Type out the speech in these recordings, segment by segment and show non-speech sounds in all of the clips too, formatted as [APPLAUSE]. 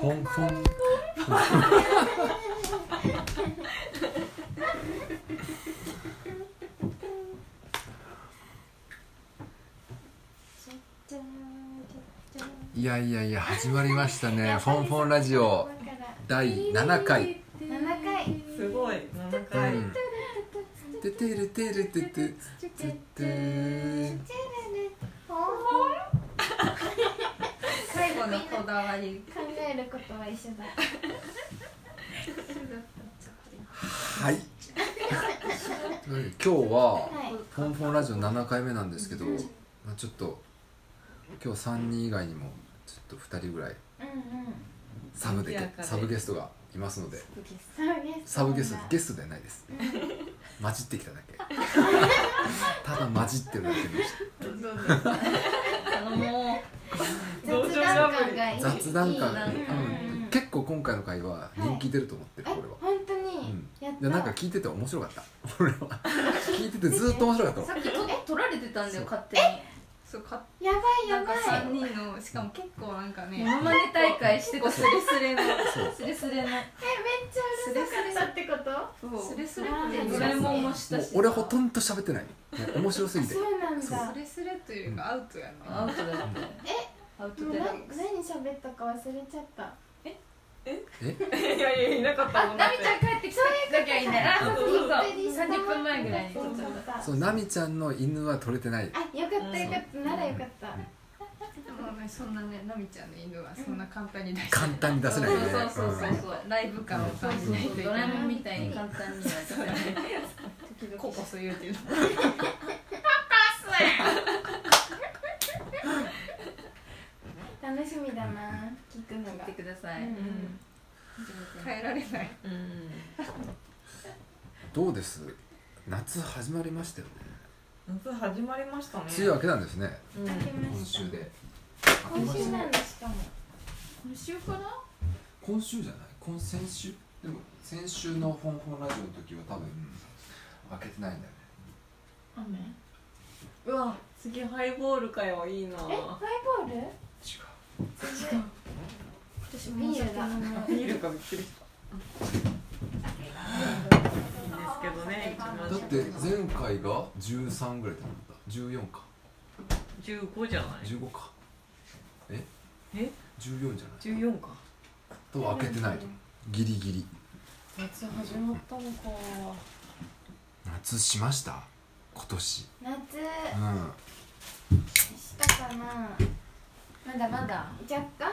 ポンポンじゃーんじゃーんいやいやいや始まりましたね「フォンフォンラジオ」第7回7回すごい7回、うん「ててるてるてててて最後のこだわり考えることは一緒だはい今日ははい「フォンフォンラジオ」7回目なんですけど、まあ、ちょっと今日3人以外にもちょっと2人ぐらいうんサブで賑やかでサブゲストがいますのでうんそうサブゲストゲスストではないです混じってきただけただ混じってるだけでしも雑談感がいいた雑談感いいうんうん結構今回の回は人気出ると思ってる、えこれは本当うにんやったでなんか聞いてて面白かった [LAUGHS] 俺は聞いててずっと面白かっうたさのっきと取られてたんだよ勝手にそうかやばいなやんかばい3人のしかも結構なんかねモノマネ大会してたスレスレのそうスレスレのえめっちゃうるさかったってことスレスレあってードラえもんもしたもしうさ俺ほとんど喋ってないもう面白すぎてそうなんそだスレスレというかアウトやアな、ウトだったアウトもうデなラックス何喋ったか忘れちゃったいやいやいなかったもんナミちゃん帰ってきた時はいないあそうそうそう30分前ぐらいにそ撮うっちゃっだそうナミちゃんの犬は取れてないあよかったよかったならよかったでもねそんなねナミちゃんの犬はそんな簡単に出して簡単に出たせないよねそうそうそうそうライブ感をそう感そうじないといけドなラいえもんみみたいに簡単には時々ココス言うていうの楽しみだな聞くのが聞いてくださいうん変えられないうんどうです夏始まりましたよね夏始まりましたね梅雨明けなんですね開けま今した週で明け今まし週たなんですかも今週から今週じゃない今先週でも先週の「フォンフォンラジオ」の時は多分開けてないんだよね雨うわ次ハイボールかよいいなえハイボール違う私ビールだビールかびっくりしたいいんですけどねだって前回が13ぐらいだった14か一番15じゃな15かええ14じゃない14かとは開けてないとギリギリ夏始まったのか夏しました今年夏うんしたかなまだまだ若干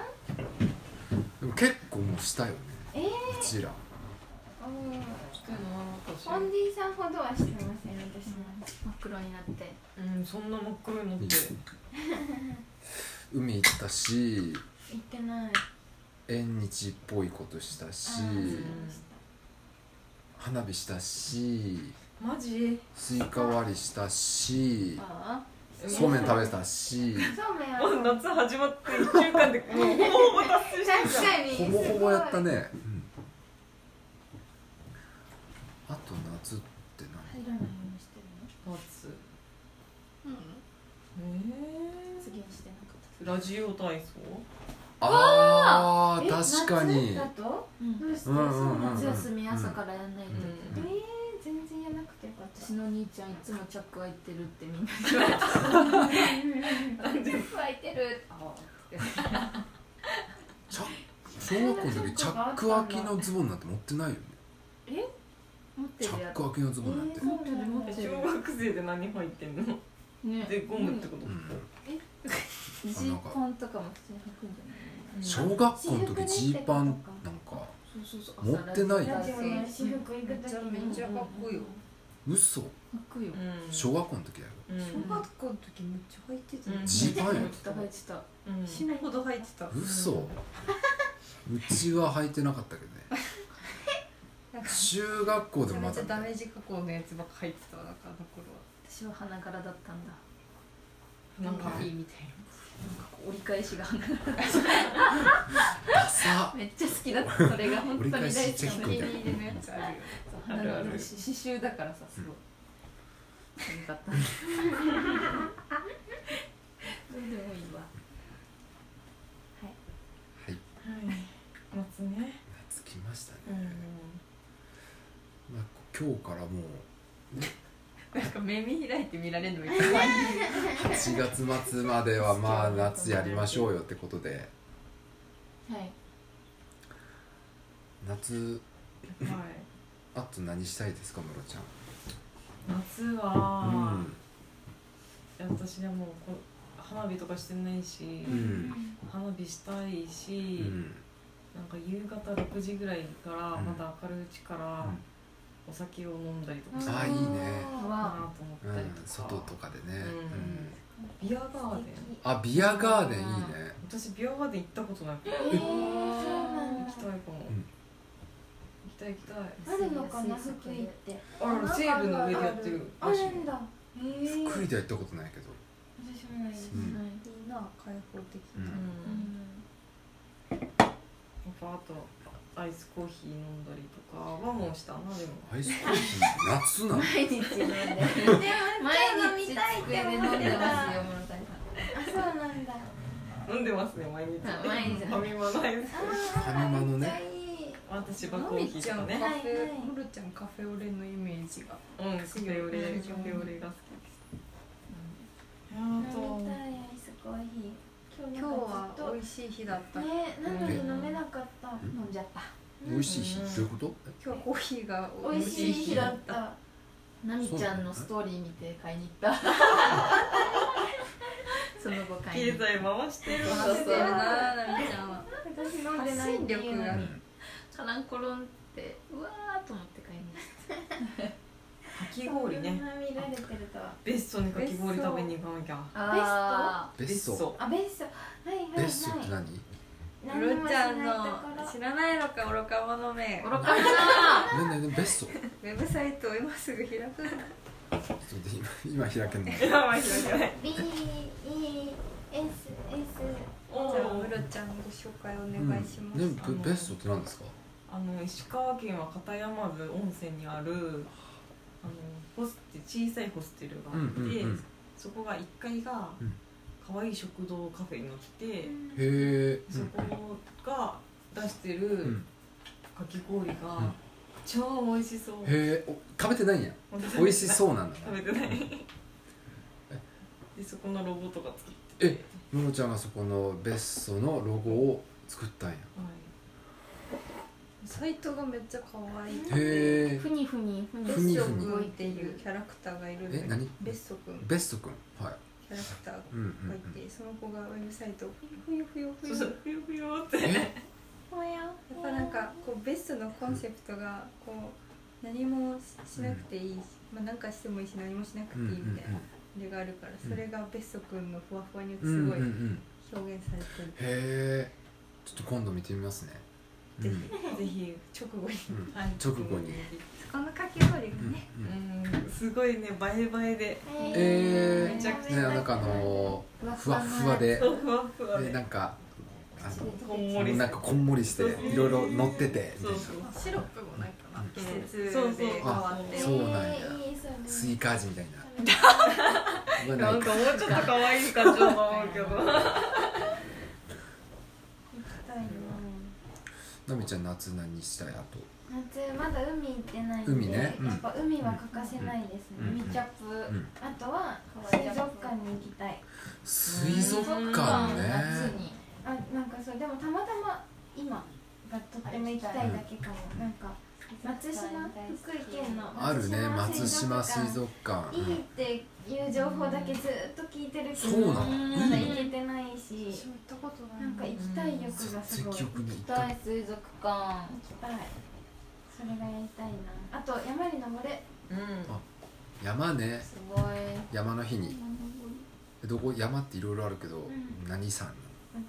でも結構もうしたよねえーうちらうんしてな私オンディさんほどはしてません私も真っ黒になってうんそんな真っ黒いのって海行ったし行ってない縁日っぽいことしたしあーそうでし花火したしマジスイカ割りしたしあそうめん食べたしたそうめんもうは夏始まって1週間でもうほぼ達成してる確かにほぼほぼやったねね、うんあと夏って何入らないようにしてる夏のえ次にしてなかったー、ラジオ体操あえー確かに夏だとどうして、うんうんうんそうなん夏だ休み朝からやんないと、えうんー、全然やなくてよかった私の兄ちゃんいつもチャック開いてるってみんなに言われたなんでチャック開いてるあチャ小学校の時チャック開きのズボンなんて持ってないよね持ってチるャッやク開きのズボンなんて、えー持ってる持ってる小学生で何入ってんのつねでゴムってこと、うんうんジーパンとかも普通に履くんじゃない小学校の時ジーパンなんかそうそう持ってないよラジオの私服行く時にめっちゃかっこいいよ嘘履くようん小学校の時だようん小学校の時めっちゃ履いてたようんジーパンや履いてた履いてたうん死ぬほど入ってた嘘うちは履いてなかったけどねなんか中学校でもまだダメージ加工のやつばっか入ってただからだか私は花柄だったんだらなんかうんいいみたい折り返しが花柄ダサめっちゃ好きだったそれが本当に大好き折り返しチェッなクのみなたいお気に入りのやつあるよ花あ柄るのある刺繍だからさすごい寒かったどうでもいいわはいはい今日からもなんか耳開いて見られるのが怖いう8月末まではまあ夏やりましょうよってことではい夏はいあと何したいですかムロち夏ゃんは、いや私はもうこ花火とかしてないし、うん花火したいうんし、うんなんか夕方6時ぐらいからうんまだ明るいうちからうんお酒を飲んだりとかんしあたいーいいねなはと思うったりんとか、外とかでねうんうんビアガーデンあビアガーデンいいね私ビアガーデン行ったことなくてえー、そうな行んだきたいかも、うん行きたい行きたいあるのかな福井ってあら西部の上でやってるあらしいよるんだえー、福井では行ったことないけど私もないですういんいいな開放的ううんんやっぱあとアイスコーヒー飲んだりとかはもうしたなでもアイスコーヒー夏なの毎日飲んで毎日机で飲んでますよ物足りあそうなんだ飲んでますね毎日あ毎日ファミマのアイスあファミマのめねっちゃいい私はコーヒーとかカねフはいはいェムロちゃんカフェオレのイメージがうんカフェオレカフェオレが好きです飲みいたやいアイスコーヒー今日なはんかずっと美味しい日だったね今なのに飲めなかったない飲んじゃった美味しい日どういうこと日はコーヒーが美味しい日だったなみちゃんのストーリー見て買いに行った [LAUGHS] その後ー買いに経行った済回してるわそうそうななみちゃんは私飲んでないっていうの発信力がにカランコロンってうわーと思って買いに行っかき氷そんねな見られてるとはベストにかき氷食べに行かなきゃたあベッソあベッソはいはいはいベッソって何ムロちゃ何もしんないとこのろ知らないのか愚か者め愚かな何何何ベッソウェブサイトを今すぐ開くちょっと今今開けんのや [LAUGHS] ばいやばいやばい B E S S おじゃあームロちゃんご紹介おうん願いします、ねベベストって何ですかあの石川県は片山津温泉にあるあのホステ小さいホステルがあって、そこが1階がうん可愛い食堂カフェになってて、へえそこが出してるかき氷がん超美味しそう、へえお食べてないんや美味しそうなんだ食べてない [LAUGHS] でそこのロゴとか作っててえムロちゃんがそこのベッソのロゴを作ったんやはいサイトがめっちゃ可愛いへえふにふにふにふにベッふソに君っていうキャラクターがいるんだえ何ベッソ君ベッソくんはいキャラクターがうんうんいて、その子がウェブサイトをふよふよふよそふしよたらふよふよってえほややっぱなんかこうベストのコンセプトがこう何もしなくていいし、まあ、何かしてもいいし何もしなくてういんいうんみたいなあれがあるからうんそれがベスト君のふわふわにうんうすんごういんうん表現されてるへえちょっと今度見てみますねうぜんひぜひ直後に、うんはい直後にそこのかき氷がね、うんうんうんすごいね映え映えでえめちゃくーねなんかあのーふわっふわでそうふわふわででなんかあのこんもりなんかこんもりしていろいろ乗っててみそたういなそうシロップもなんかな季節そうそうで変わってそうなんやえーいいそうねスイカ味みたいな食べたはな [LAUGHS] ないんかかもうちょっと可愛い感じだと思うけどたいよのみちゃん夏何したいあと夏まだ海行ってないんで海ねうんやっぱ海は欠かせないですね、うんみちゃぷうんあとは水族館に行きたい水族館ね夏にあなんかそうでもたまたま今がとっても行きたいだけかも、なんか松島福井県のあるね松島水館族館いいっていう情報だけずっと聞いてるけどそうなのまだ行けてないし私も行ったことないなんか行きたい欲がすごい行き積極に行った大水族館たいそれがやりたいなあと山に登れうん山ねすごい山の日にどこ山っていろいろあるけど、ん何山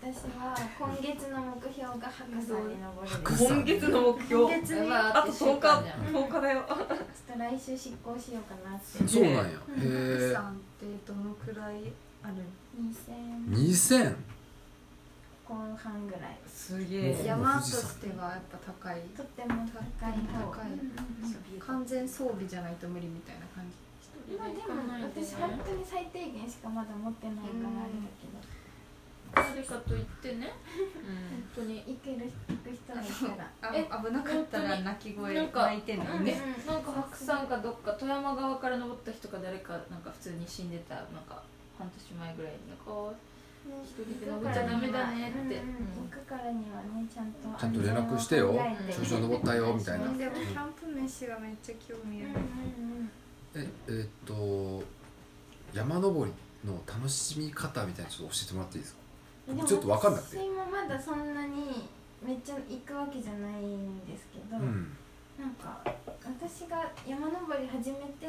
私は今月の目標が白山に登る白です山今月の目標今月にやばいあと一週10間日じゃん10日だよちょっと来週執行しようかなってそうなんや、うんへえさんってどのくらいある2000 2000後半ぐらいすげえもう富山と士山してはやっぱ高いとっても高い方高いうん完全装備じゃないと無理みたいな感じまあでも私本当に最低限しかまだ持ってないからあれだけど誰かと言ってね本当に行ける行く人がいたらあえ危なかったら泣き声なんか泣いてんのよねうんなんか白山かどっか富山側から登った人か誰かなんか普通に死んでたなんか半年前ぐらいになんかあ一人で登っちゃダメだねってうんうん行くからにはねちゃんとちゃんと連絡してよ安全を考えて調子登ったよみたいなうんでもキャンプ飯がめっちゃ興う味んうあんるうんええーっと山登りの楽しみ方みたいなのちょっと教えてもらっていいですか僕ちょっと分かんなくてでも私もまだそんなにめっちゃ行くわけじゃないんですけど、うんなんか私が山登り始めて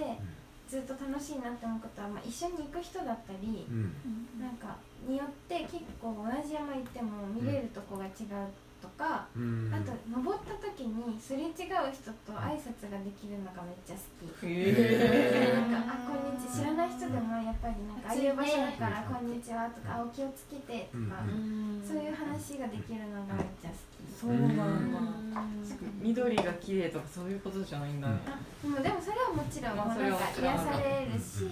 ずっと楽しいなって思うことは、まあ、一緒に行く人だったりう、んなんかによって結構同じ山行っても見れるとこが違うとか、うんあと登った時にすれ違う人と挨拶ができるのがめっちゃ好き。へなんかあこんにちは知らない人でもやっぱりなんかああいう場所だからうんこんにちはとかあお気をつけてとか、うんそういう話ができるのがめっちゃ好そうなんだうん緑が綺麗とかそういうことじゃないんだねき、でもでもそれはもちろんまあなんそれはか癒されるし、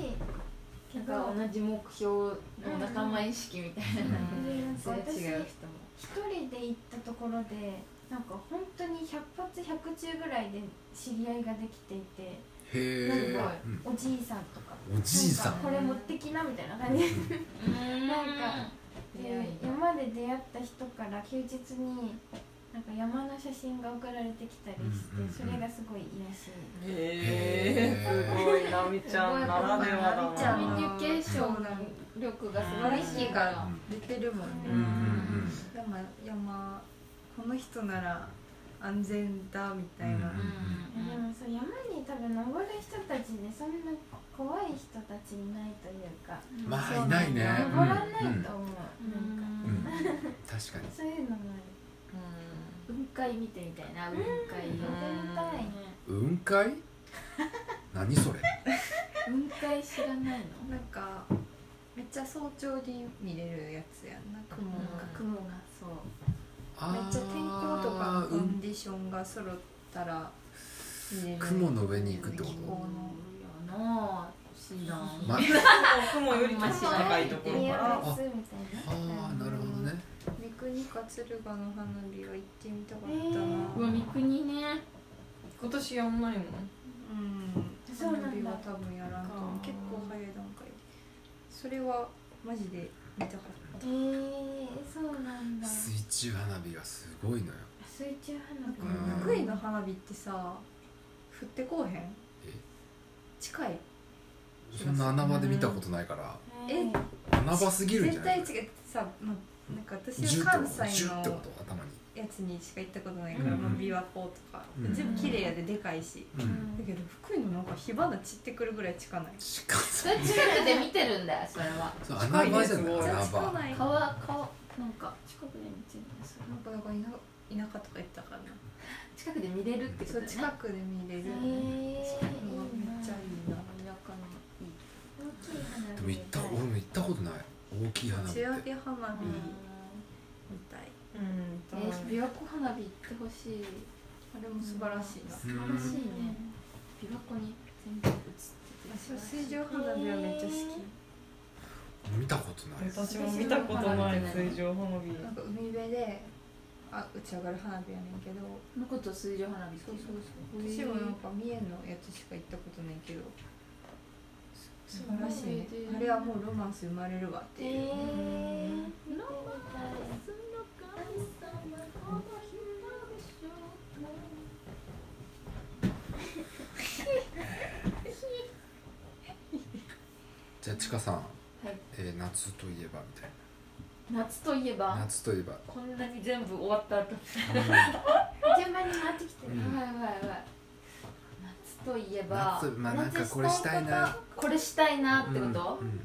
なんか同じ目標の仲間意識みたいなうんすれ違う人も一人で行ったところでなんか本当に100発100中ぐらいで知り合いができていてへえなんかうんおじいさんとかおじいさんなんかこれ持ってきなみたいな感じなんか出会いで山で出会った人から休日になんか山の写真が送られてきたりして、うんうんうんそれがすごい癒やしいへえすごいなみちゃんならではだコミュなニケーション力が素晴らしいから出てるもんうねんうんうん山山この人なら安全だみたいな、うんいやでもそう山に多分登る人たちでそんな怖い人たちいないというかまあいないねうん登らないと思う、うんなんかうん確かにそういうのも雲海見てみたいな雲海やってみたい、雲海 [LAUGHS] 何それ雲海知らないのなんかめっちゃ早朝に見れるやつやんな雲が、雲がそうめっちゃ天候とかのうコンんディションが揃ったら見れる雲の上に行くってこと気候こうやのな欲しいなまあ雲よりちょっと高いところか見えらますみたいなあーなるほどね三国か鶴ヶの花火は行ってみたかったな、うわ三国ね今年やんないのうんそうなんだ花火は多分やらんと思うか結構早い段階でそれはマジで見たかっえー、そうなんだ水水中花火がすごいのよ中花火たなんか福井の花火ってさ降ってこうへん近いそんな穴場で見たことないからえ穴場すぎるんじゃ絶な対い違ってさ、まあ、なんか私ジュっは関てこと西ジュのってこと頭にやつにしか行ったことないから、うんまあ、琵琶湖とか、うん全部綺麗やででかいし、ううんだけど福井のなんか火花散ってくるぐらい近ないしかもそれ近くで見てるんだよそれはそう穴場じゃない近いねすごい穴場ないなんか川川なんか近くで見てるんですだから田舎田舎とか行ったからな近くで見れるってことそうね近くで見れるえー、いいのがめっちゃいいな田舎のいいな大きい花火でも行った俺も行ったことない大きい花打火っちて上げ花火うんみたいうんえー琵琶湖花火行ってほしいあれも素晴らしいなう素晴らしいんね琵琶湖に全部映私はってて水上花火はめっちゃ好見たことないです私も見たことない水上花きなん火か海辺であ打ち上がる花火やねんけどのこと水上花火そうそうそう私もなんか三重のやつしか行ったことないけど素晴らしいねあれはもうロマンス生まれるわってえいう、ー、じゃあちかさんはいえー夏といえばみたい夏といえなば夏といえばこんなに全部終わった後順番に回ってきてうる、んはいはいはい夏といえば夏まあなんかこれしたいなこれしたいなってうこんと、うん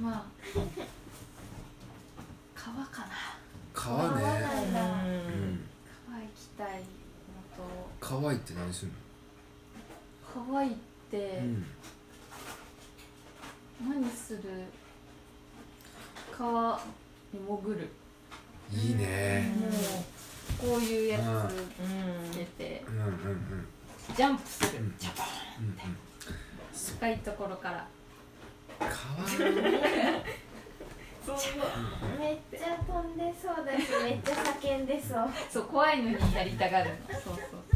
まあ川かな川川ねなんだ、うん川行きたいのと川行って何する川行ってのうん何する川に潜るいいねもうこういうやうんつつけてうんうんうんジャンプするうんジャパンうんうん深いところからかわいいそうめっちゃ飛んでそうだしめっちゃ叫んでそうそう怖いのにやりたがるのそうそう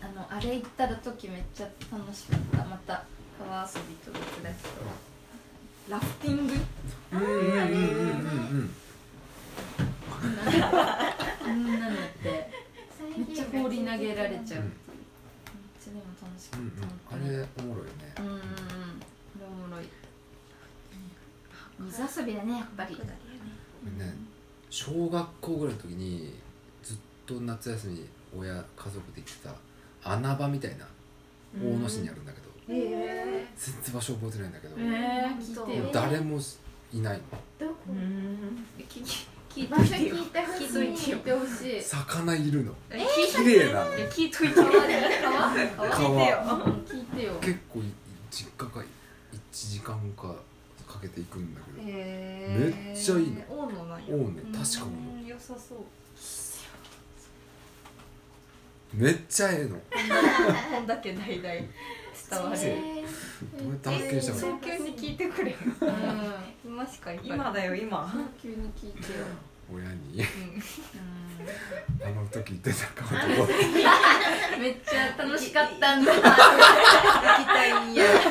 あのあれ行った時めっちゃ楽しかったまた川遊びと別だけどラフティングうんうんうんうんあんなのって最めっちゃ放り投げられちゃうめうっんちゃでも楽しうかんうんったあ本当にれおもろいよねうんうんうんおもろい水遊びだねやっぱりね小学校ぐらいの時にずっと夏休み親家族で来てた穴場みたいな大野市にあるんだけどええ全然場所覚えてないんだけど、えもー、聞いてうよ誰もいないのどこうん聞き聞い場所て聞よいてほ聞しいといていよ聞いてほしい魚いるのえ綺麗なのいや聞いといてよ川川聞いてよ結構い実家が1時間かかけていくんだけどえめえっちゃいいね王のなんや大野確かにに良さそうめっちゃええのこんだけ代々伝わるえどうやって発見したの早急に聞いてくれようん今しかいっぱい今だよ今早急に聞いてよ親に [LAUGHS] うあの時言ってた [LAUGHS] 顔とんめっちゃ楽しかったんだ行きたいんや面白い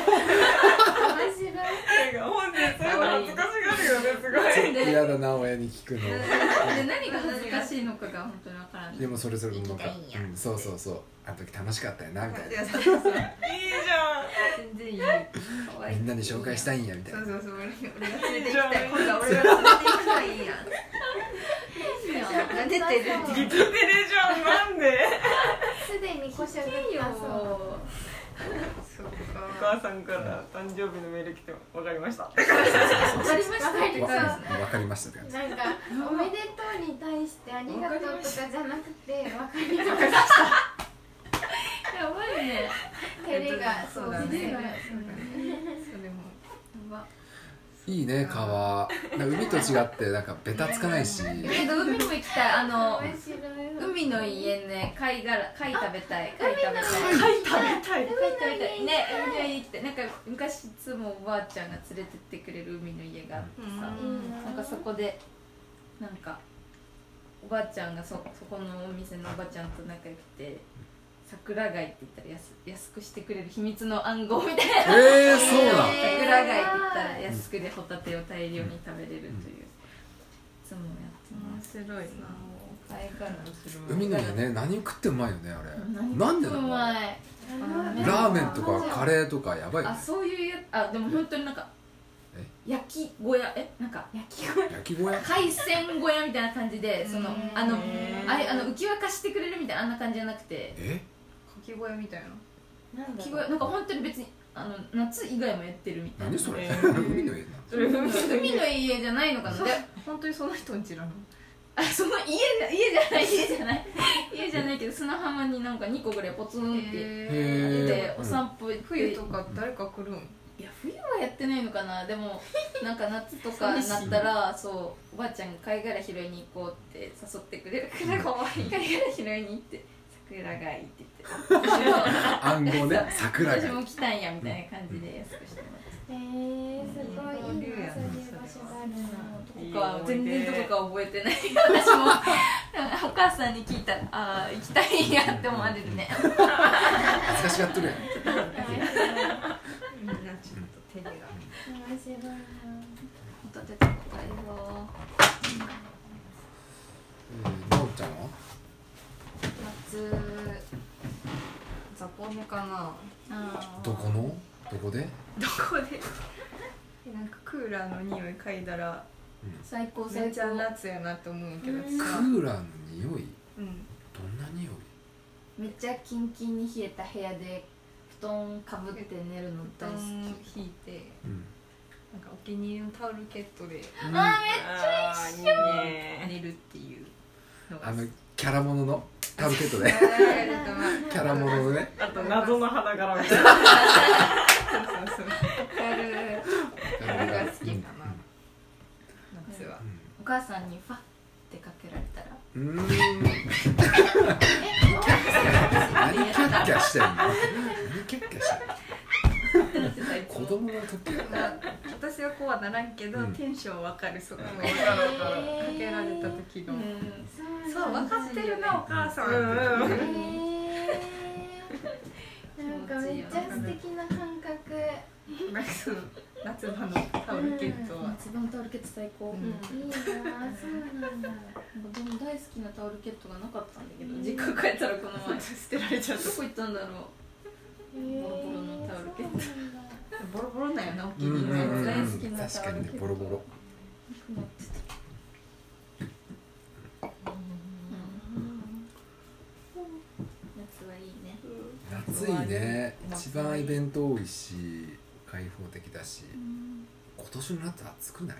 本人それ恥ずかしがるよねすごいちょっと嫌だな親に聞くので何が恥ずかしいのかが本当にわからないでもそれぞれのなんか行きたいんやうん、そうそうそうあの時楽しかったよなみたいなじゃ全然いい可愛いみんなに紹介したいんやみたいそなうそうそう俺俺が連れて行んきたい今度は俺が連れて行きたいんや出て出てん生きてるじゃんなんですでに故障いいでよたそうそっおか母さんから誕生日のメール来てわかりましたわかりましたってわ感かりわかりましたって感じなんか「おめでとう」に対して「ありがとう」とかじゃなくて「わかりましじやばいねやた」照れがそうだねそうそれもばいいね川なんか海と違ってなんかベタつかないしけど海も行きたいあの面白い海の家ね貝殻貝食べたい貝食べたい書い食べたい海食べたいね海の家行きたいなんか昔いつもおばあちゃんが連れてってくれる海の家があってさ、うんなんかそこでなんかおばあちゃんがそそこのお店のおばあちゃんと仲良くて桜貝って言ったら安安くしてくれる秘密の暗号みたいなえー、そうなん桜貝って言ったら安くでホタテを大量に食べれるという、いつもやってま面す白いな貝殻海の家ね何食ってうまいよねあれな何んででうだろうまラいあーメンとかカレーとかやばいよあねそういうやあでも本当になんか焼き小屋えなんか焼き声焼き小屋海鮮小屋みたいな感じでそのうんあのへーあれあの浮き輪貸してくれるみたいなあんな感じじゃなくてえかき小屋みたいななん気分なんか本当に別にあの夏以外もやってるみたいな何それえー海の家なそれ海の家じゃないのかなで本当にその人んちなのあその家じゃ家じゃない家じゃない家じゃないけど砂浜になんか2個ぐらいポツンってへ出ーてお散歩行って冬とか誰か来るんいや冬はやってないのかなで [LAUGHS] もなんか夏とかなったらそうおばあちゃんが貝殻拾いに行こうって誘ってくれるからかわいい貝殻拾いに行って桜貝って言って暗号ね桜貝私も来たんやみたいな感じで安くしてもらって。えー、すごいいいなそういう場所があるのいいどこか思い出全然どこか覚えてない私もお母さんに聞いたらああ行きたいんやって思われるね恥ずかしがっとるやんみんなちょっと手にが面白いなホタテとか大量うんなおちゃんは夏雑魚寝かなあーどこのどこでどこでなんかクーラーの匂い嗅いだら最高め最っちゃ高夏やなって思うんやけどクさーラーの匂いうどんんな匂いめっちゃキンキンに冷えた部屋で布団かぶって寝るの布大団好き引いてうんなんかお気に入りのタオルケットでああーいいね寝るっていうのがのキャラもののタブケットでキャラもののねあと謎の花柄みたいなそうそうそうわかるキャララが好きうんかな夏はお母さんにファッてかけられたらうんうーん何キャッキャしてんの何キャッキャしてんの [LAUGHS] 子供の時計まあ私はこうはならんけど、うんテンションわかるそのかわかるわかるけられた時の、うんそう分かってるなお母さん、うんうんへえなんかめっちゃ素敵な感覚なんかその夏場のタオルケットは、夏場のタオルケット最高、ううんん、いいなあそうなんだでも大好きなタオルケットがなかったんだけど実家帰ったらこの [LAUGHS] 前ど捨てられちゃっこ行ったんだろうへボえロボロのタオルケットそうなんだたボロボロなんやなお気うんうにん入うりんのうやんつ、大好きなタオルケット確かにねボロボロなくなってたうん夏はいいね夏いいね一番イベント多いし開放的だし今年の夏暑くない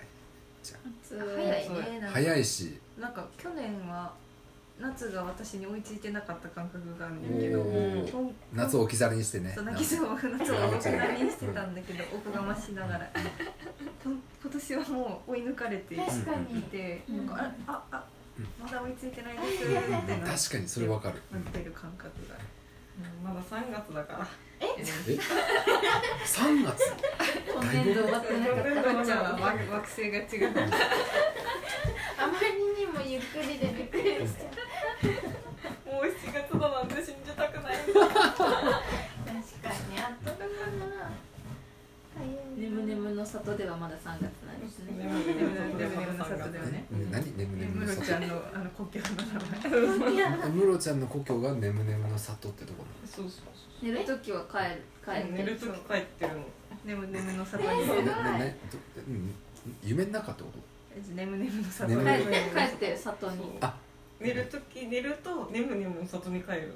夏早いねなんか早いしなんか去年は夏が私に追いついてなかった感覚があるんだけおどー今夏を置き去りにしてねそう泣きそう夏をおなりにしてたんだけどおこがましながらと今年はもう追い抜かれてい確かにて、うんなんかあああうんまだ追いついてないですってなってなっ確かにそれわかるてる感覚があるまだ3月だからえ3月今年度終わって [LAUGHS] なかった赤ちゃんは惑惑星が違うあまりにもゆっくりでびっくりしちゃうもう7月だなんて信じたくない確かにあっという間な早いなねむねむの里ではまだ3月なんですねでもでもでもの里だよねえ何眠ね眠ムのロちゃ里んのあの故郷の名前ムロちゃんの故郷が眠眠の里ってとこそうそうそう寝る時は帰る帰る寝る時帰ってるのねむねむの里になのねねえねどうん夢の中ってことねむねむの里ねに帰むねって帰って里にそうあ寝る時寝ると眠眠の里に帰る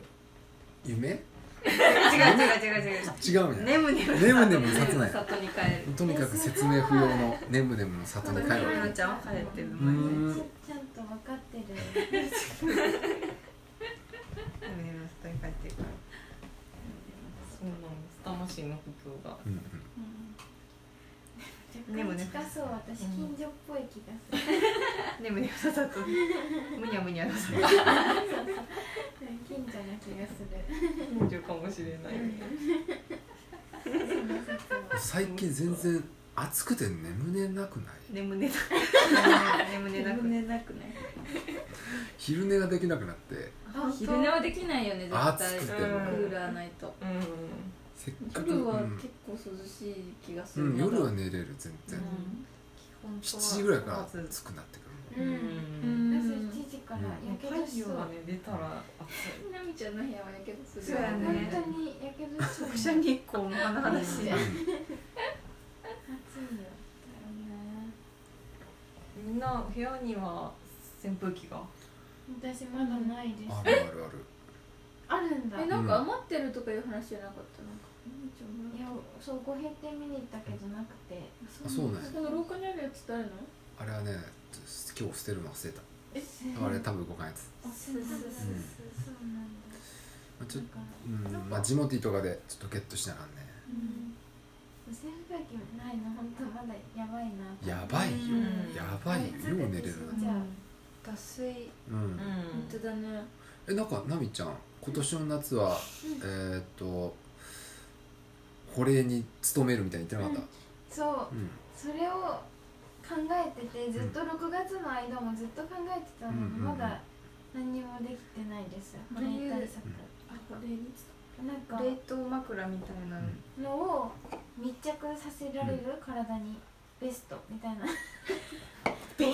夢違う違う違う違う違うんやねむねむ眠眠の里なんや里に帰るとにかく説明不要の眠眠の里に帰るムロちゃんは帰ってるうー前にんねちちゃんと分かってるむねむの里に帰ってるからそうなんです魂の故郷がうんでもね近そう私近所っぽい気がするねむねむの里むにゃむにゃの里近所な気がする近所かもしれないねうん最近全然暑くて眠れなくない眠れなく眠れなく寝なくない昼寝ができなくなってあ昼寝はできないよね絶対暑クくうてんーラーないとうせっかく夜はうん結構涼しい気がすうるん、夜はね寝れる全然、本当は7時ぐらいからまず暑くなってくるうんんううんん朝7時からやけ太どしそ陽うがね出たらみなみちゃんの部屋はやけどすそうるや本ね当にやけどしそう直射日光の話うんで暑いよ暑いみんな部屋には扇風機が私まだないです暑い、あるあるあるあるんだえなんか余ってるとかいう話じゃなかったなんかみなみちゃんもらっいやそうご閉店見に行ったけどなくてあそうなんやたこの廊下にあるやつ誰のあれはね今日捨てるの忘れたえあれ多分動かんやつ、あそうそうそうそうそうそうなんだまあ、ちょだからうんまあジモティーとかでちょっとゲットしながらねうん扇風機ないの本当まだやばいなやばいよ、うんやばいようんよう寝れるじゃあ脱水うん、うん本当だねえなんかナミちゃん今年の夏は、えーっと保冷に勤めるみたいに言ってなかっそうた、うんそれを考えててずっと6月の間もずっと考えてたのに、うんうんうまんだ何にもできてないです保これ冷対策あこれになんか冷凍枕みたいなののを密着させられる、体にベストみたいな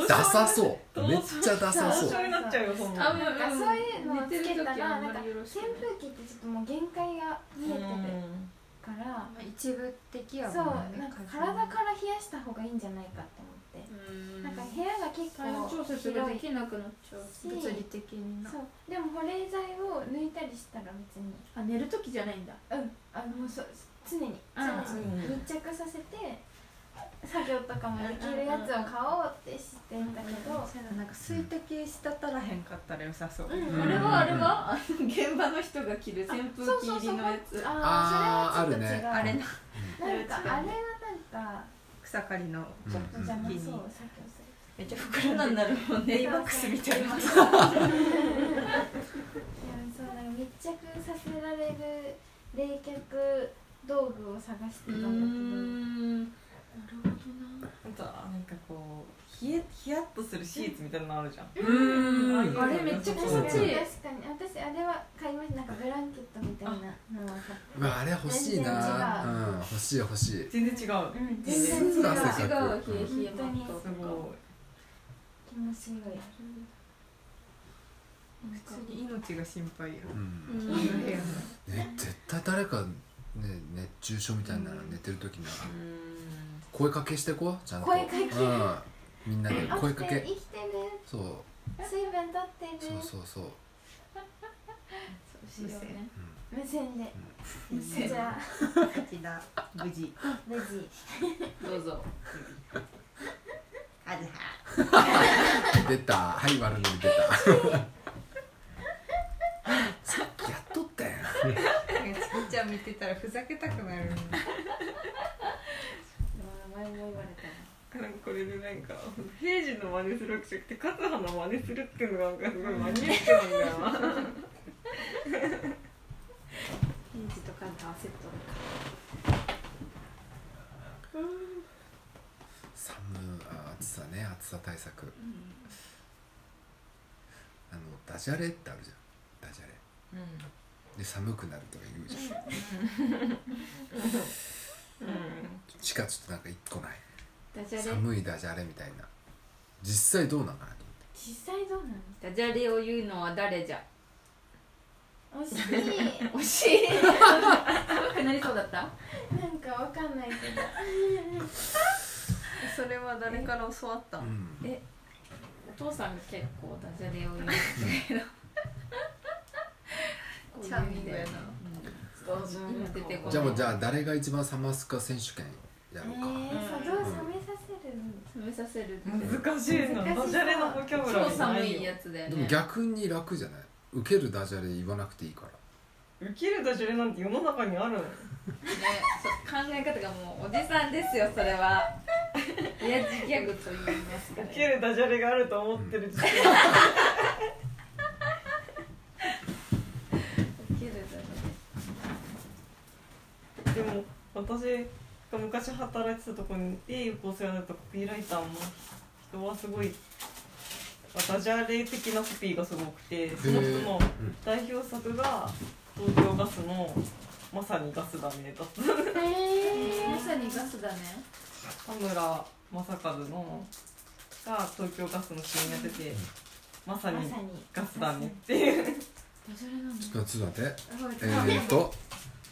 ダサそうめっちゃダサそう一緒になっちゃうよそんなあもうなんかうんそういうのをつけた寝てる時はらあんなんかまりよろしく扇ない風機ってちょっともう限界が見えてるから、一部的やそうもんねなんか体から冷やした方がいいんじゃないかと思って、うんなんか部屋が結体温構調節ができなくなっちゃう広いし物理的になそうでも保冷剤を抜いたりしたら別にあ寝る時じゃないんだうんあのもうそう常にあ常に密着させて作業とかもできるやつを買おうってしてんだけどそうやななんか水滴滴らへんかったら良さそう、うんあれはあれはあの現場の人が着る扇風機入りのやつあーそれはちょっと違うああるれねななんかあれはなんか草刈りのお邪魔そううん作業するめっちゃこ膨んらなんんだなるもんレねイバックスみたいないやそうなんか密着させられる冷却道具を探してうーたんだんなるあとはなんかこうひえひやっとするシーツみたいなのあるじゃんうーんあれめっちゃけ気ど持確ちかいに確いかに私あれは買いましたなんかブランケットみたいなのは買っうわあれ欲しいな全うん欲しい欲しい全然違うたうん全全然違然違ううすぐ汗かほくど違う冷え冷えマッ本すトご気持ちよい普通に命が心配やううんんね絶対誰かね熱中症みたいなの寝てる時にはいうん声かけしてこうちゃんと声かけうん、みんなで声か起きけて生きてるそう水分取ってるそうそうそそううしようね無線で無線じゃあちだ無事無事どうぞあずは出たはい悪いのに出た [LAUGHS] さっきやっとったやんなんかちきちゃん見てたらふざけたくなる名前も言われたなんかこれでなんか平時の真似するわけじゃなくてカズハの真似するっていうのがなんかすごいマニアックなんだよなヒンジとカズハはセットだか寒あ暑さね暑さ対策あのダジャレってあるじゃんダジャレうで寒くなるとか言うじゃんん、うん、しかちょっとなんか一個ないらダジャレ寒いダジャレみたいな実際どうなんかなと実際どうなのダジャレを言うのは誰じゃ惜しい惜しい怖くなりそうだったなんかわかんないけどそれは誰から教わった思って、えお父さん結構ダジャレを言うんだけどこういう意味でチャーミングやなうんちょっと今出てこう、なんいじゃあもうじゃあ誰が一番冷ますか選手権やえろうか、ー、さどう冷めさせるの冷めさせるって難しいな難しいダジャレのボキャブラ超リーな寒いよいやつだよでもね逆に楽じゃない受けるダジャレ言わなくていいからウケるダジャレなんて世の中にあるねそう考え方がもうおじさんですよそれは親父ギャグと言いますからウケるダジャレがあると思ってる時点でウケるダジでも私が昔働いてたとこにでよくお世話になったコピーライターも人はすごいダジャレ的なコピーがすごくてその人の代表作が東京ガスの「まさにガスだね」だったャレえまさにガスだね田村正和のが東京ガスの CM やってて「まさー、まにさにガスだね」っていうダジャレなのちょっとちょっと待ってはいえー、と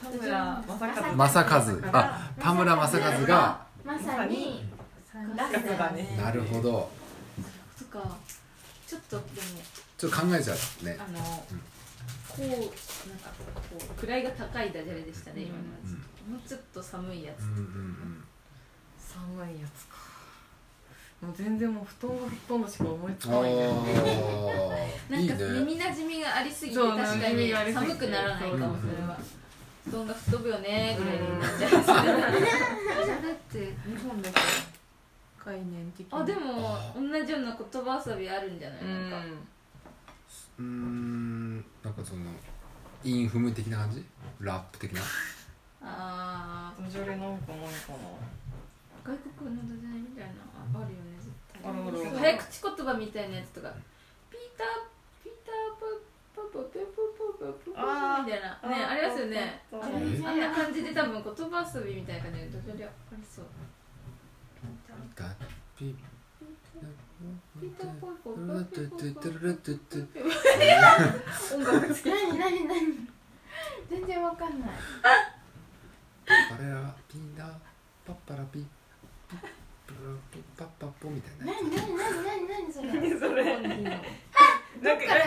田村正和正和あ田村正和がまさにガスだねなるほどとかちょっとでもちょっと考えちゃうねあのこうんうなんかこう位が高いダジャレでしたね今のやつ、もうちょっと寒いやつうんうんうん寒いやつかもう全然もう布団が布団のしか思いつあーないんいかね耳なじみがありすぎてそう確か耳にがありすぎて寒くならないかもうんそれは布団が吹っ飛ぶよねぐらいになっちゃいますね [LAUGHS] ダジャレって日本だけ概念的にあでもあ同じような言葉遊びあるんじゃないなんかうーんなんかそのインフム的な感じラップ的なあダジャレなんかないかーな外国のダジャレみたいなのあるよね絶対あるあ早る口言葉みたいなやつとかピーターピーターパパパパパパパパパあーみたいなあーねありますよねあったあったあんあんな感じで多分言葉遊びみたいな感じでダジャレありそうだピピーターポイポイうポんイポイポイポイポイてってポってイポイ音楽つけて何何何全然わかんないパレラピーナパッパラピピッパラピパッパッポみたいなや何何何何何それ何それ本人のなんか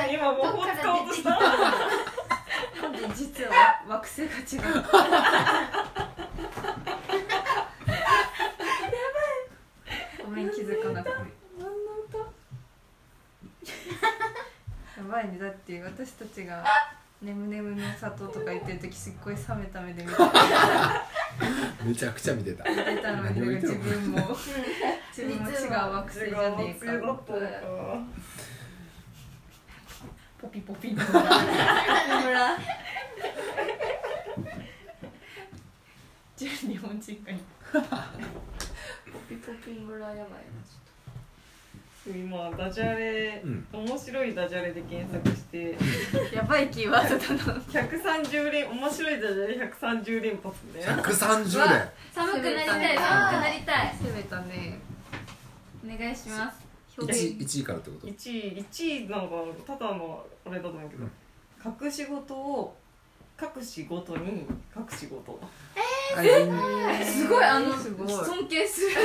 え今もうこう使おうとした本人実は惑星が違うごめん気づかなくてやばいねだって私たちが「ねむねむの里」とか言ってる時すっごい冷めた目で見てつめちゃくちゃ見てた見てたのになんか自分も自分も違う惑違星じうゃねえ違うだかったのかポピポピ [LAUGHS] の村ちゅう日本人がいるポピポピ村やばいな今ダジャレ、うん面白いダジャレで検索してやばいキーワードだな130連面白いダジャレ130連発ね130うでわ寒くなりたいあー寒くなりたい攻めたねお願いします表現 1, 1位からってこと1位1位なのかなただのあれだと思うけど、うん隠し事を隠し事に隠し事はいすごいあのすごい尊敬するす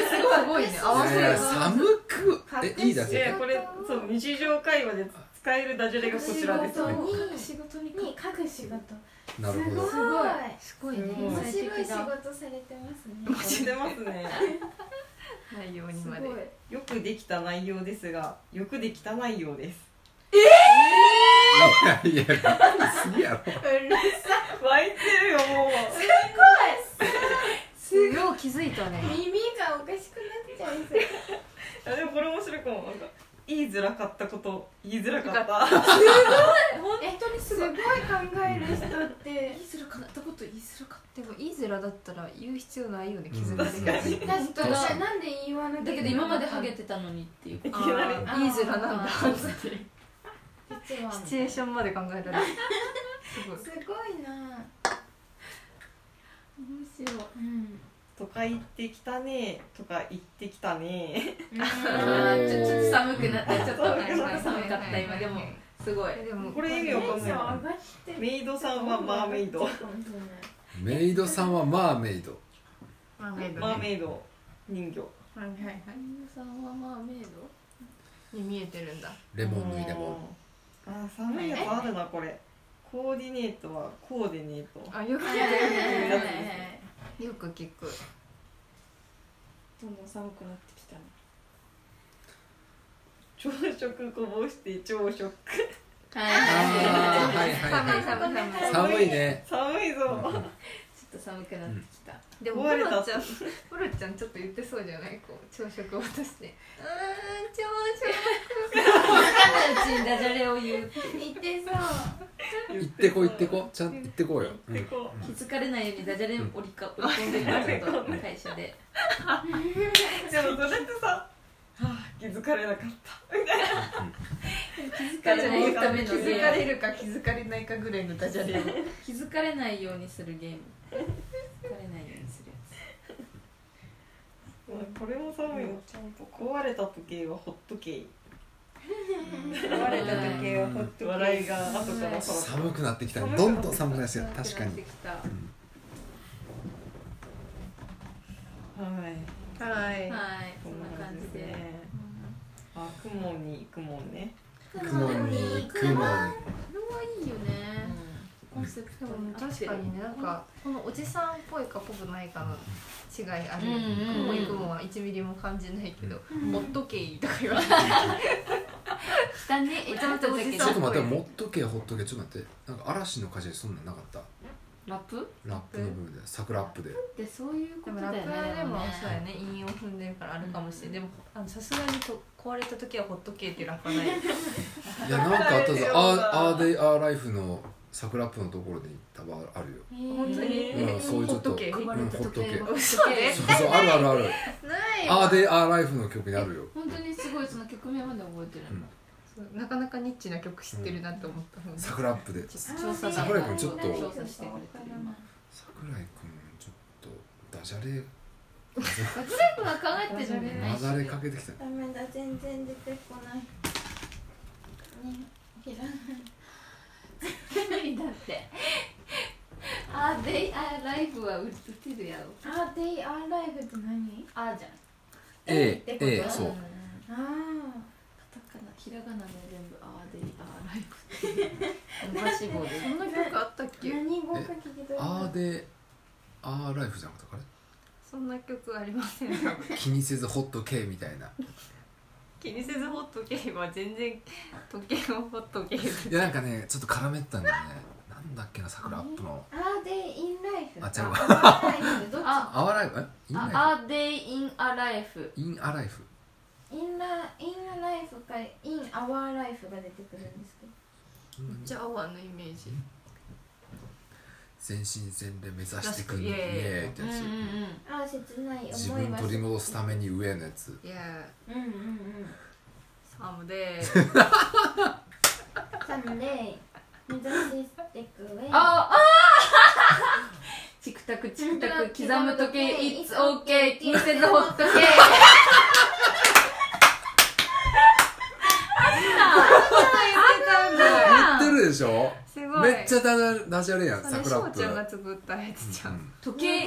ごいね合わいせやが寒くえいいだけでこれそう日常会話で使えるダジャレがこちらです隠し事隠し事にに書く仕事なるほどすごいすごいね面面白白いい仕仕事事されてますね知ってます [LAUGHS] ね内容にすごまいでよくできた内容ですがよくできた内容ですいやいやすぎやろ湧いてるよもうよう気づいたね耳がおかしくなっちゃいそうあでもこれ面白いかもなんか言いづらかったこと言いづらかった本当にすすごごいい考える人って言いづらかったこと言いづらかっでもいいずらだったら言う必要ないよね気づかれうんる確かに確かにかになんで言わなたきゃだけど今までハハゲゲてたのにっていういきなりいいずらなんだあーつってシチュエーションョンまで考えられるすごいすごいな面白いうんとか言ってきたねとか言ってきたねあーちょちょっと寒くなったちょっとうんはいはい寒かった今でもすごいえでもこれ意味テンわシかョンん上ながいってメイドさんはマーメイドメイドさんはマーメイドマーメイドねマーメイド人形はいはいはい皆さんはマーメイドに見えてるんだレモンの入れ物あー寒いやつあるなこれコーディネートはコーディネートあよくはいはいはいはいよく聞くどんどん寒くなってきたね朝食こぼして朝食はいあーはいはい寒いはい寒い寒い寒いね寒いぞちょっと寒くなってきたでも壊ポれロたちゃんポロちゃんちょっと言ってそうじゃないこう朝食を渡してうーん朝分かんないうちにダジャレを言う言ってそう行ってこ行ってこちゃん行ってこうよう行ってんこ気づかれないようにダジャレを織りか織り込んでいたちょっと会社ででもそれってさはあ気づかれなかった気づかれ食なダジャレいのため気のづゲかームるか気づかれないかぐらいのダジャレを気づかれないようにするゲーム気づかれないようにするやつこれも寒いのちゃんと壊れた時計はホットケイ壊れた時計はホット笑いが後からさ寒くなってきたどんどん寒くなってきた確か寒くなってにきたははいはいいそんな感じであ雲に行くもんね雲に雲にこれはいいよねコンセプでトもに合って確るかにねなんかこのおじさんっぽいかぽくないかの違いあるようんうんうんね雲も雲は1ミリも感じないけど「ホットケイ」とか言 [LAUGHS] われて汚ねえちょっとだけちどょっと待って、持っとけ、ほっとけ、ちょっと待って、なんか嵐の歌詞でそんなんなかった。ラップラップの部分で、桜ラップで。ってそういうこでともだよねラップはでもそうやねね韻を踏んでるからあるかもしれないでもあのさすがにと壊れた時は「ホットケイ」っていうラップはないいや、なんかあったあれぞよ、あー、あーで、あーライフの桜ラップのところで、多分あるよ。 [LAUGHS] 本当にえうん、そういうちょっと。ほっとけうん、ほっとけ。嘘でそうそう、あるあるある。ないあーで、あーライフの曲にあるよ。本当にすごいその曲名まで覚えてるうんんだそうなかなかニッチな曲知ってるなって思った、本当桜ラップで。ちょっと調査あー桜井君ちょっと調査してくれてる今桜井くん、ちょっと、ダジャレ、桜井君は考えてるんじゃないまだれかけてきた。ダメだ全然出てこないねひら無理だってあーデイアーライフは打てるやろあ They are live って何あーじゃん A、A、ことそう。ああカタカナひらがなで全部あーデイアーライフ伸ばし棒でそんな曲あったっけ何語か聞き取れたあーで、あーライフじゃなかったかそんな曲ありませんら [LAUGHS] 気にせず、ほっとけみたいな。気にせずホットケイは全然時計をホットケイいやなんかねちょっと絡めてたんだよねなんだっけな桜アップのあーでインライフあ違うわあー They in life どっあアワライフえインライああデイインアライフフインアライフちインラインライフかインアワーライフが出てくるんですけどじゃあアワーのイメージ全身全霊目指してくんイ出してくイエーイエーイってやつ、あー切ない思いは自分取り戻すために上のやついやうんうんうんサム [LAUGHS] でサムで目指してく上ああ [LAUGHS] チクタクチクタク刻む時計 It's OK 気にせずほっとけ言ってるでしょすごいめっちゃダジャレダジャレやんそれ桜翔っぷちゃんが作ったやつじゃうんん時計 It's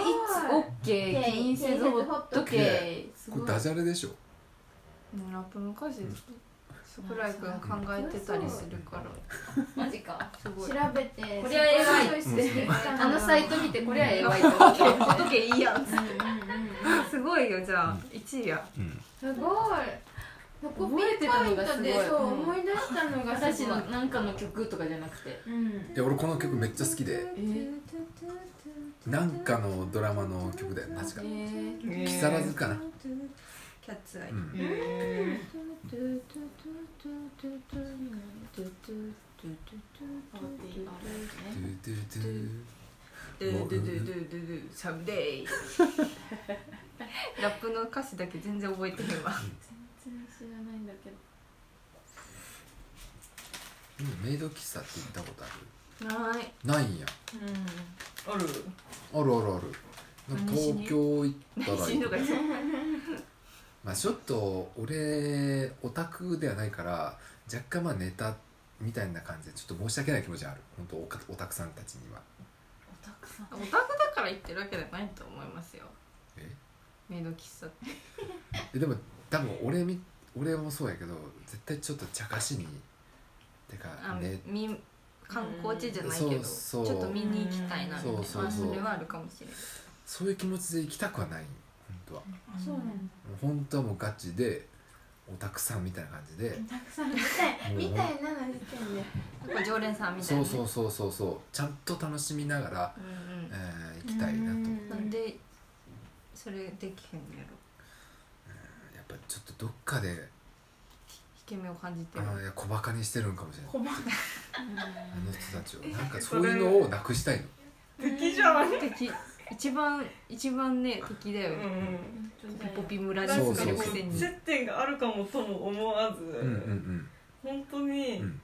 OK 気にせずほっとけすこごれいダジャレでしょもうラップの歌詞桜井くん考えてたりするからマジかすごい調べてこりゃえらいすごいしてきたなあのサイト見てこれはえばいと思ってほっとけいいやんうんうんうんうんすごいよじゃあ1位やうんすごいコピ覚えてたのがすごいーポイントでそううん思い出したのがす私ごいのなんかの曲とかじゃなくてうんいや俺この曲めっちゃ好きでえなんかのドラマの曲だよ確かえー木木更津かなキャッツアイうんドゥドゥドゥサムデイラップの歌詞だけ全然覚えてへん全然わ知らないんだけど今メイド喫茶って行ったことあないるないんやうんあるあるあるあるなんか何しに東京行ったらしんどかっまあちょっと俺オタクではないから若干まあネタみたいな感じでちょっと申し訳ない気持ちはある本当オカオタクさんたちにはおたくさんオタクだから言ってるわけじゃないと思いますよえメイド喫茶ってえでも多分俺み俺もそうやけど絶対ちょっと茶化しにてかあ、ねみ観光地じゃないけどちそょうっそうと見に行きたいなみたいなそうそうそうまあそれはあるかもしれないそういう気持ちで行きたくはない本当はそうなんだもう本当はもうガチでオタクさんみたいな感じでたくさん見たいみたいなの時点でなんか常連さんみたいそな、うね、そうそうそうそうちゃんと楽しみながら、うんうんえー行きたいなと思ううんなんでそれできへんのやろやっぱちょっとどっかで引け目を感じてあるのいや小バカにしてるんかもしれない小バあの人たちをなんかそういうのをなくしたいの敵じゃん敵一番一番ね敵だようね、んポピ村なにんそかうこそうそうう接点があるかもとも思わず、うんうん本当うんにうん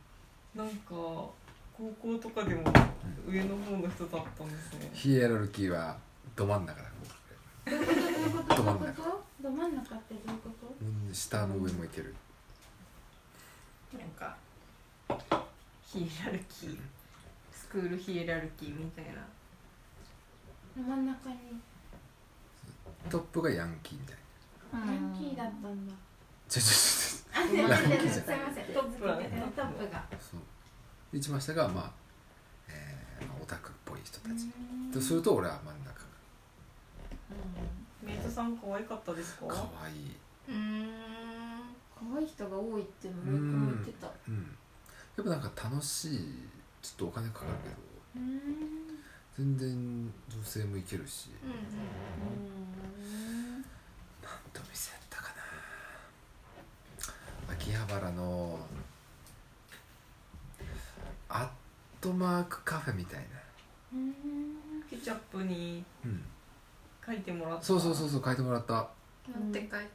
なんか高校とかでも上の方の人だったんですねヒエラルキーはど真ん中だこうど真ん中ど真ん中ってどういうこうん下も上もいけるなんかヒエラルキースクールヒエラルキーみたいなとど真ん中にトップがヤンキーみたいなヤヤンキーだったんだちょちょちょあ、すいませんすいませんトップがトップがちょそうで一番下がまあ、えーまあオタクっぽい人たちとすると俺は真ん中メイトさん可愛かったですかかわいいうん可愛い人が多いって村井君言ってたうんやっぱなんか楽しいちょっとお金かかるけど全然女性もいけるしどの店やったかな秋葉原のアットマークカフェみたいな、ケチャップにうん、書いてもらったそうそうそうそう書いてもらったうんなんて書いてもらっ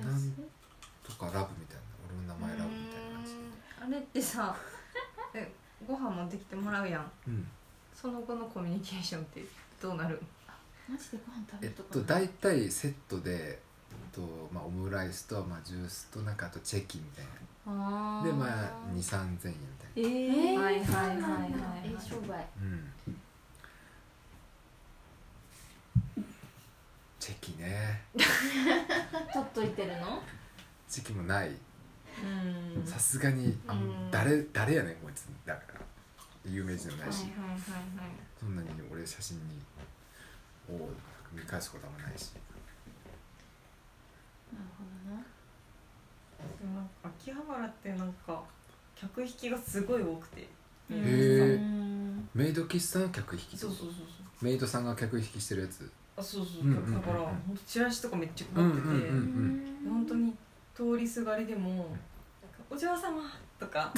たなんとかラブみたいな俺の名前ラブみたいな感じでうんあれってさえご飯持ってきてもらうやんうんその後のコミュニケーションってどうなるマジでご飯食べえっるとかと大体セットで、えっとまあ、オムライスと、まあ、ジュースとなんかあとチェキみたいあなーでまあ23000円みたいなえー、はいはいはいはい、はい、え商売うんチェキね取っといてるのチェキもないうんさすがにあうん誰誰やねんこいつだから有名人でもはないいしはいはいそんなに俺写真にを見返すこともないしなるほどなでもなんか秋葉原ってなんか客引きがすごい多くてへへえうんメイド喫茶の客引きそうそうそうそうメイドさんが客引きしてるやつあそうそう、うんうんうんだからほんとチラシとかめっちゃ配ってて、うんうん本当に通りすがりでも「お嬢様と [LAUGHS] か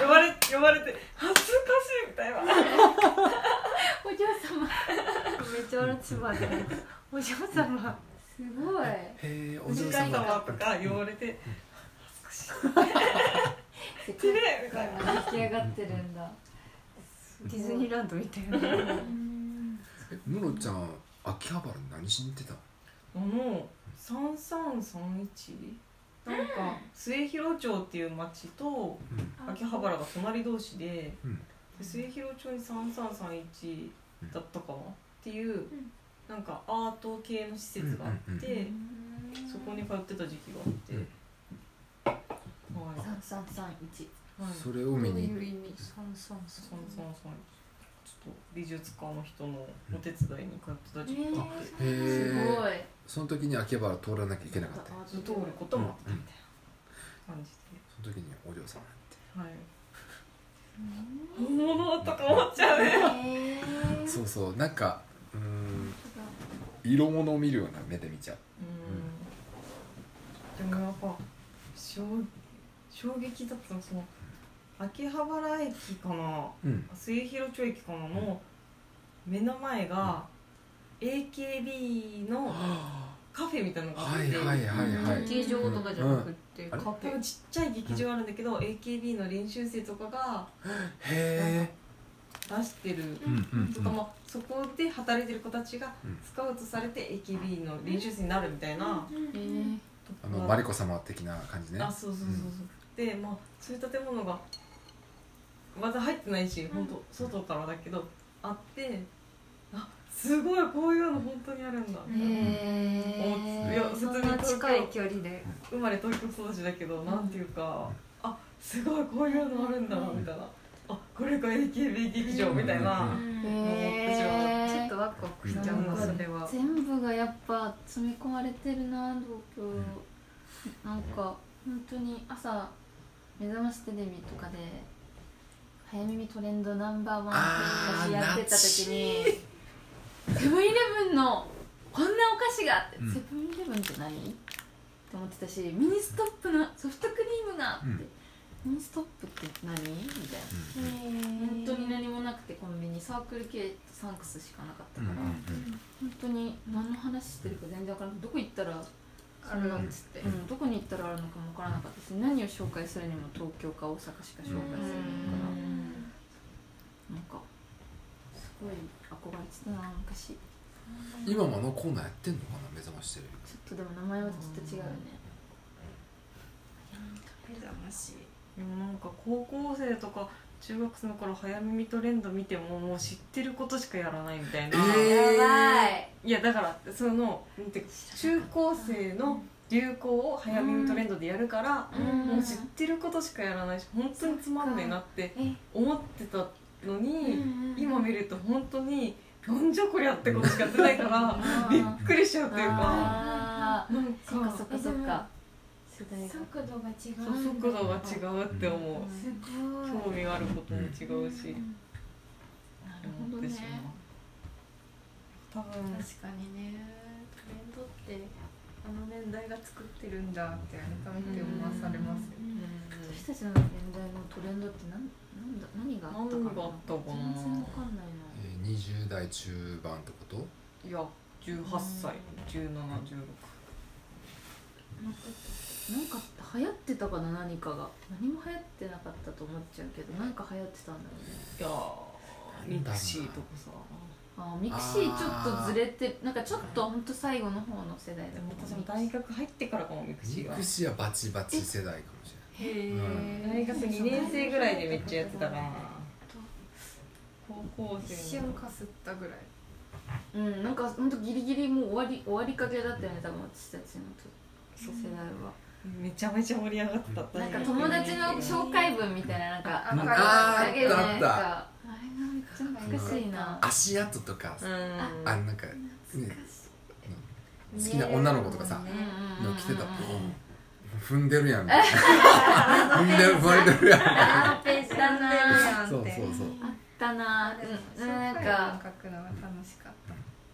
呼ばれ呼ばれて恥ずかしいみたいなお嬢様めっちゃ笑ってしまうじゃないお嬢様すごいへえおおじ嬢いさ様んはとか言われて世綺界麗みたいな観が出来上がってるんだディズニーランドみたいなえのろちゃん秋葉原何しに行ってたのあの3331なんか末広町っていう町とうん秋葉原が隣同士でうんで末広町に3331だったかなっていうんなんかアート系の施設があって、そこに通ってた時期があって、うんはい、三三三一はい、それを見に行っ意味三三そ三うそうそうちょっと美術館の人のお手伝いに通ってた時期があって、てへすえごいその時に秋葉原通らなきゃいけなかったずっとおることもあったみたいな感じで、その時にお嬢様ってはい本物とか思っちゃうねえーそうそうなんかうーん色物を見るような目で見ちゃううんでもやっぱ衝衝撃だったのその秋葉原駅かなうん末広町駅かなの目の前が AKB のはカフェみたいなのあがあっはて、いはいはいはい劇場とかじゃなくてあカれフ多ェ分ちっちゃい劇場あるんだけど、AKB の練習生とかがへえ出してる、うんうんとかもそこで働いてる子たちがうんスカウトされて AKB の練習生になるみたいなうんとあこのがマリコ様的な感じねあそうそうそうそう、でまあそういう建物がまだ入ってないし本当外からだけどあってあすごいこういうの本当にあるんだみたいな、へいやえ普そ通んにな東京近い距離で生まれ東京育ちだけどなんていうかあすごいこういうのあるんだみたいなあこれが AKB 劇場みたいな、へちょーっとワクワクしちゃううなんそれは全部がやっぱ詰め込まれてるな東京なんか本当に朝目覚ましテレビとかで早耳トレンドナンバーワンあーってやってた時にセブンイレブンのこんなお菓子がって、うんセブンイレブンって何って思ってたしミニストップのソフトクリームがって、ミニストップって何みたいなうんう本ん当に何もなくてコンビニサークル系とサンクスしかなかったから、うんうん本当に何の話してるか全然分からなくてどこ行ったらあるのっつって、うん、どこに行ったらあるのかも分からなかったし何を紹介するにも東京か大阪しか紹介するのかうななんかすごい憧れてたな昔ちうん今もあのコーナーやってんのかな目覚ましテレビょっとでも名前はちょっと違うよね目覚ましでもなんか高校生とか中学生の頃早耳トレンド見てももう知ってることしかやらないみたいな、えーいいやだからそのなんていうか中高生の流行を早耳トレンドでやるから、うんもう知ってることしかやらないし本当につまんねえなって思ってたのに、今見ると本当になんじゃこりゃってことしかやってないからびっくりしちゃうっていうかあーなんそっかかそっかそっか世代が速度が違うそう速度が違うって思すごうい興味があることも違うしなるほ思どってしねまう多分確かにねトレンドってあの年代が作ってるんだって改めて思わされますよね私たちの年代のトレンドって何なんだ何があったかな何があったかな全然わかんないなえー20代中盤ってこといや18歳1716なんかなんか流行ってたかな何かが何も流行ってなかったと思っちゃうけど何か流行ってたんだろうねいやーミクシーとかさあーミクシーちょっとずれてなんかちょっとほんと最後の方の世代でだも私もミ大学入ってからかもミクシミーがクシアバチバチ世代かもしへえ大学2年生ぐらいでめっちゃやってたから高校一生の瞬かすったぐらいクうんなんかほんとギリギリもう終わり終わりかけだったよね多分私たちのと世代はめちゃめちゃ盛り上がってたなんか友達の紹介文みたいななんかあれないあああげるじゃーなあいっですかあれがめっちゃ懐たあっかしいなた足跡とかうんあのなんか、ね、好きな女の子とかさの着てたうん踏んでるやん踏んでる踏んでるやんあページだななそうそうそうあったなうんなんかか書くのが楽しかっ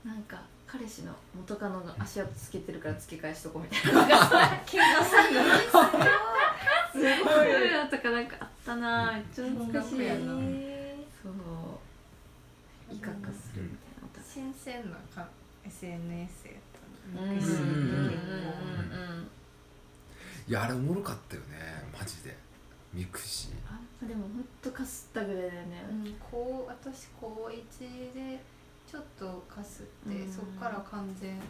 たなんか彼氏の元カノが足跡つけてるから付け返しとこうみたいななんかそういう喧嘩するのすごいのとかなんかあったなめっちゃ懐かしい懐かしいなえそう威嚇するみたいな新鮮なか SNS やったうんうんのうん昔のうん時もうんいやあれおもろかったよねマジでミクシあでも本当かすったぐらいだよねうん、こう私高1でちょっとかすって、うんそっから完全ー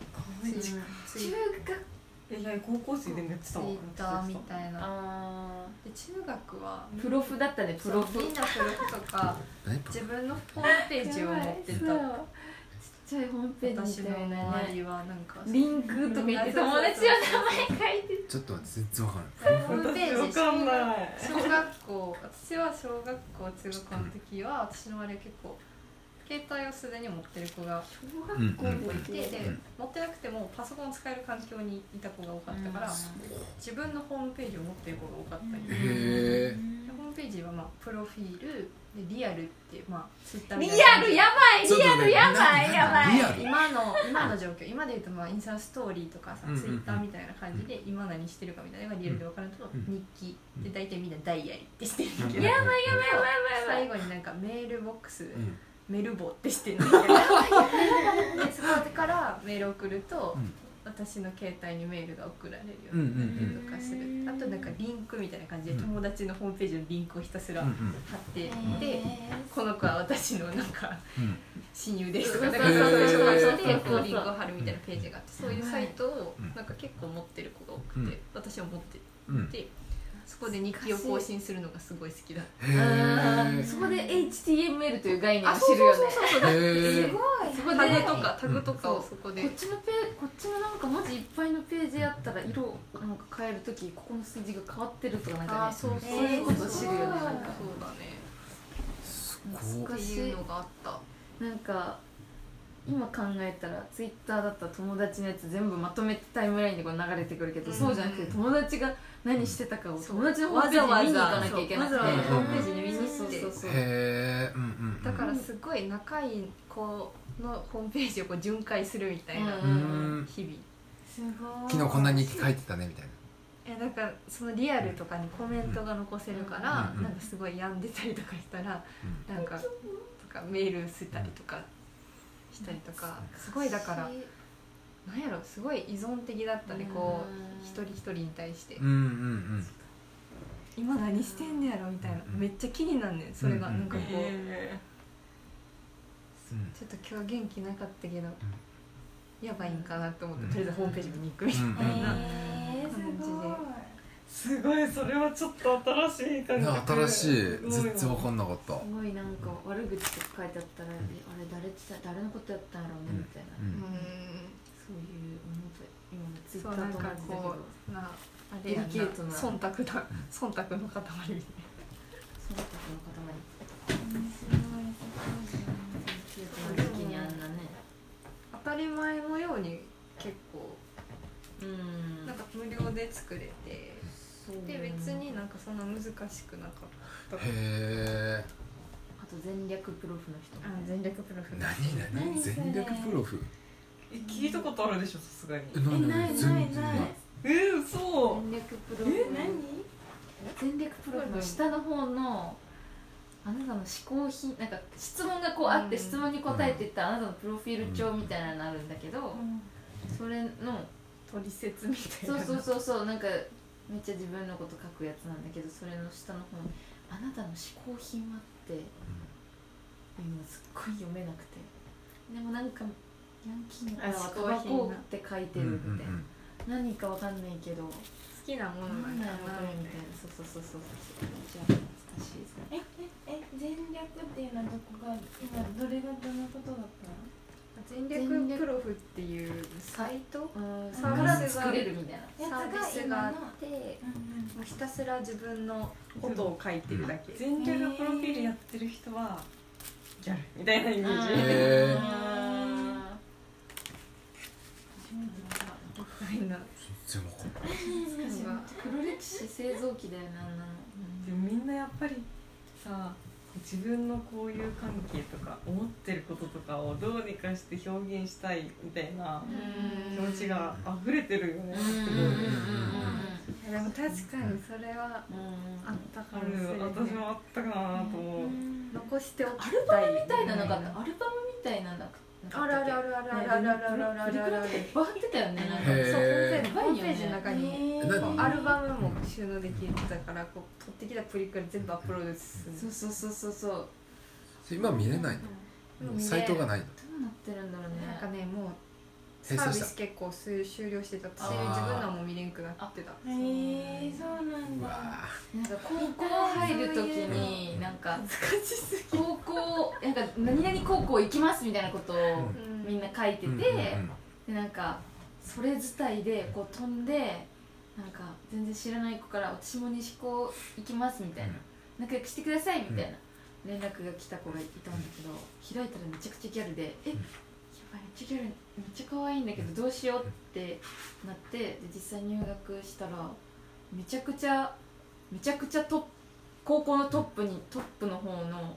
ツイうんツイ中学えらい高校生でもやってツイたわッターみたいなあで中学はープロフだったねプロフそうみんなプロフとか何プロ自分のホームページを持ってやばいたそうちっちゃいホームページ私みのたいな周ねりはなんかリンクとか言って友達の名前書いてちょっと待って全然わかんないホームページわかんない小学校私は小学校中学校の時は私の周りは結構携帯をすでに持ってる子が小学校のいて時でうん持ってなくてもパソコンを使える環境にいた子が多かったから自分のホームページを持ってる子が多かったりへえでホームページはまあプロフィールでリアルってまあツイッターリアルやばいリアルやばいやばいリアル今の今の状況今で言うとまあインスタストーリーとかさうんうんうんツイッターみたいな感じで今何してるかみたいなのがリアルで分かるとうん日記で大体みんなダイアリーってしてるんだけどやばいやばいやばいやばい最後になんかメールボックスうんメルボってしてるんだけどでそこからメール送るとうん私の携帯にメールが送られるようんううんうにんなったりとかするあとなんかリンクみたいな感じでうん友達のホームページのリンクをひたすらう貼っんていーてこの子は私のなんかうん親友ですとかなんかへそうーいう感じでこうリンクを貼るみたいなページがあってそういうサイトをうんなんか結構持ってる子が多うくんて私は持ってうんうんてそこで日記を更新するのがすごい好きだったへあーえそこで HTML という概念をあ知そうるそうよそうねそうへすえごいタグとかタグとかをそこでこっちのペこっちのなんかマジいっぱいのページあったら色なんか変えるときここの数字が変わってるとかなんかねそうそういうことを知るよねそうなんかだす懐ごかね。ってしいいうのがあった。なんか今考えたらツイッターだったら友達のやつ全部まとめてタイムラインでこう流れてくるけど、うんそうじゃなくて友達が何してたかをそう友達のホームページに見に行かなきゃいけなくてわざわざホームページに見に行ってそうそうそうそうへえうんうんうんだからすごい仲いい子のホームページをこう巡回するみたいなううん日々。すごい昨日こんな日記書いてたねみたいなえなんかそのリアルとかにコメントが残せるから、うんなんかすごい病んでたりとかしたら、なんかとかメールしたりとかしたりとか、すごいだからなんやろすごい依存的だったねこう。一人一人に対してうんうん今何してんねやろみたいなうんめっちゃ気になんねんそれがうんなんかこうえうんちょっと今日元気なかったけど、やばいんかなと思って、とりあえずホームページ見に行くみたいうんうんな、えー、すごいーすごいそれはちょっと新しい感な覚新しいすご全然わかんなかったすごいなんか悪口とか書いてあったら、えあれ誰って誰のことやったんやろうねみたいな、うんそういう思と今のツイッそうタなーんと同かじだけこどうなあれやなデリケートな忖度だ忖度の塊みその時の塊19のごい時にあんなね当たり前のように結構うんなんか無料で作れて、そうで別になんかそんな難しくなかった、へえあと全略プロフの人あ全力プロフ何何何それ全力プロフえ聞いたことあるでしょさすがにえ何ない全ない然ないえー、嘘全略プロフ全略プロフの下の方のあなたの思考品なんか質問がこうあって、うん質問に答えていったあなたのプロフィール帳みたいなのあるんだけど、それの取説みたいそうなそうそうそうなんかめっちゃ自分のこと書くやつなんだけどそれの下の方に「あなたの思考品は?」っていうのすっごい読めなくてでもなんかヤンキーのあ子思はタ考バ品コなって書いてうんるうみたいな、ん何かわかんないけど好きなものなんなだんろうかなこれみみたたいいななそうそうそうそうそうじゃあ懐かしいですねえええ全略っていうのはどこが今どれがどのことだったの全力プロフっていうサイトうんサービスから作れるみたいなサービスがあってもうひたすら自分のことを書いてるだけ、全力プロフィールやってる人はギャルみたいなイメージうんへーあみたいな全然わかんないーなんか黒歴史製造機だよねあんなのでもみんなやっぱりさ自分のこういう関係とか思ってることとかをどうにかして表現したいみたいな気持ちが溢れてるようんうんねうんうんうんうんでも確かにそれはあったかあもしれるない私もあったかなと思う残しておきアルバたムいみたいななかったアルバムみたいななかったあららららららららららプリクラとかいっぱい貼ってたよねなんかへーそうホームページホーやムばいよねページの中え何にアルバムも収納できてたからこう取ってきたプリクラ全部アップロードすそるうそうそうそうそうど今見れないのうんもうサイトがないのうなってるんだろうねなんかねもう閉サー鎖ビしたス結構す終了してたしあ自ー分のも見れんくなってたへえそうなんうだわなんか高校入るときになんか恥ずかしすぎ高校なんか何々高校行きますみたいなことをみんな書いてて、ーうんうんでなんかそれ伝いでこう飛んでなんか全然知らない子から「私も西高行きます」みたいな「仲良くしてください」みたいな連絡が来た子がいたんだけど開いたらめちゃくちゃギャルで「えやばいめっちゃギャルめっちゃ可愛いんだけどどうしよう」ってなってで実際入学したらめちゃくちゃめちゃくちゃトップ高校のトップにトップの方の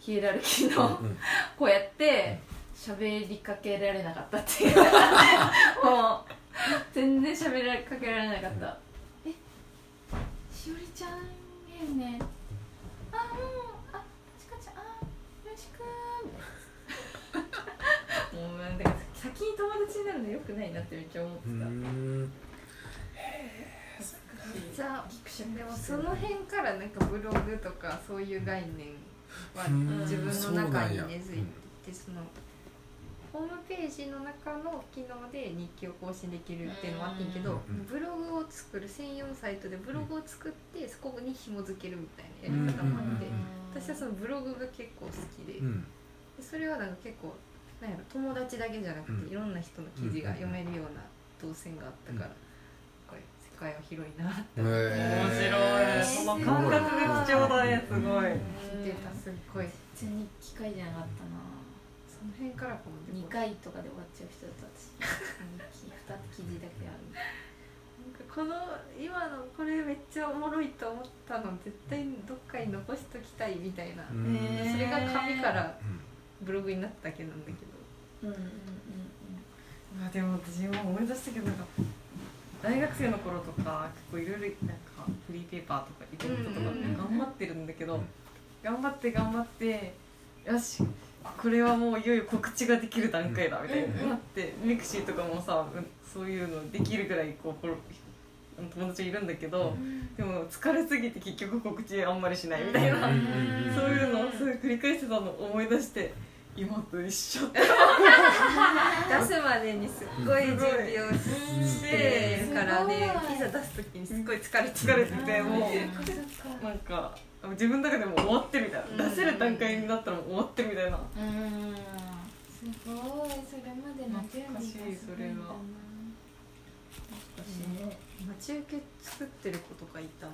ヒエラルキーのうんうんこうやって喋りかけられなかったって [LAUGHS] いうもう全然喋りかけられなかった、えしおりちゃんいるねあうんあちかちゃんあよろしく [LAUGHS] もうなんか先に友達になるのよくないなってめっちゃ思ってうた、ーんじゃあでもその辺からなんかブログとかそういう概念はうん自分そうの中に根付なんいやてそのホームページの中の機能で日記を更新できるっていうのもあってんけどうんブログを作る専用サイトでブログを作ってそこに紐付けるみたいなやり方もあってうんうん私はそのブログが結構好きでうんでそれはなんか結構なんやろ友達だけじゃなうくんていろんな人の記事が読めるような動線があったからうんこれ世界は広いなって面面白いこの感覚が貴重だねすごい聞いてたすっごい全然機会じゃなかったなその辺からこう2回とかで終わっちゃう人だった [LAUGHS] 私日記二記事だけあるなんかこの今のこれめっちゃおもろいと思ったの絶対どっかに残しときたいみたいな、うんねそれが紙からうんブログになっただけなんだけどうんうんうんまあでも私今思い出したけどなんか大学生の頃とか結構いろいろなんかフリーペーパーとかイベントとかうんね頑張ってるんだけど、うん頑張って頑張ってよしこれはもういよいよ告知ができる段階だみたいになって、ミクシーとかもさうんそういうのできるぐらいこうフォロー友達いるんだけど、でも疲れすぎて結局告知あんまりしないみたいな、うんそういうのをすごい繰り返してたのを思い出して今と一緒って出すまでにすっごい準備をしてるからねうんいざ出す時にすっごい疲れて疲れてるてもう。あそっかなんか自分の中でも終わってみたいな、うん出せる段階になったらもう終わってみたいな、うんすごいそれまでの準備がすごいんだな待ち受け作ってる子とかいたの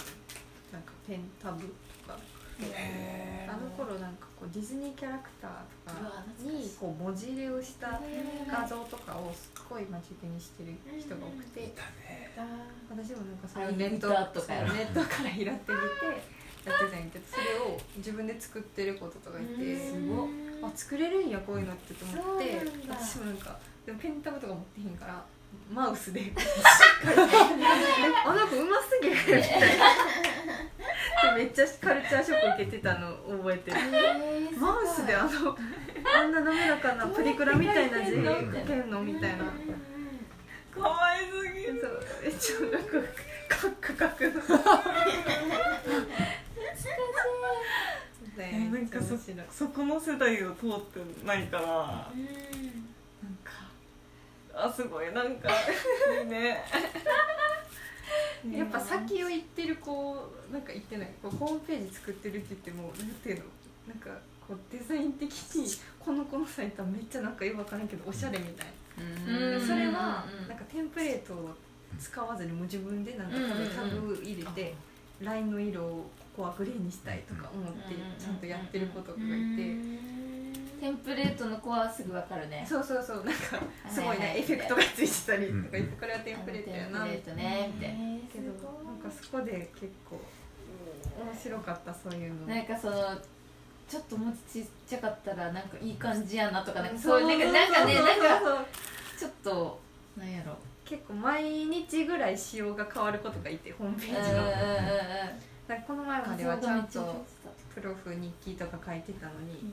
なんかペンタブとかあの頃なんかこうディズニーキャラクターとうわか懐かしにいこう文字入れをした画画像像とかをすっごい待ち受けにしてる人が多くてだ私もなんかそれあをネットインターとかやそうネットから拾ってみてやってたんやけどそれを自分で作ってる子とかがいてうんすごっあ作れるんやこういうのってと思ってそうなんだ私もなんかでもペンタブとか持ってへんからマウスで [LAUGHS] あの子うますぎるみたいなでめっちゃカルチャーショック受けてたの覚えてるえーすごいマウスであのあんな滑らかなプリクラみたいな字どう書やって書いけんのみたいなうんうんうんかわいすぎるそうえちょっとなんかカクカクえなんかそそこの世代を通ってないからなんかあすごいなんか [LAUGHS] いいねやっぱ先を行ってる子なんか行ってないこうホームページ作ってるって言ってもなんていうのなんかこうデザイン的にこの子のサイトはめっちゃなんかよくわからんけどおしゃれみたいなそれはなんかテンプレートを使わずにもう自分でなんかタブ入れてラインの色をここはグレーにしたいとか思ってちゃんとやってる子とかがいて。テンプレートの子はすぐわかるねそうそうそうなんかすごいはいはいはねいエフェクトがついてたりとか言ってうんこれはテンプレートテやなンプレートねみたいなえーけすどごなんいかそこで結構面白かったそういうのなんかそのちょっと文字ちっちゃかったらなんかいい感じやなとかなんかそそううそいううそなうんかなんかねなんかそうちょっとなんやろ結構毎日ぐらい仕様が変わることがいてホームうペんーうんうんジうがんだからこの前まではちゃんとプロフ日記とか書いてたのに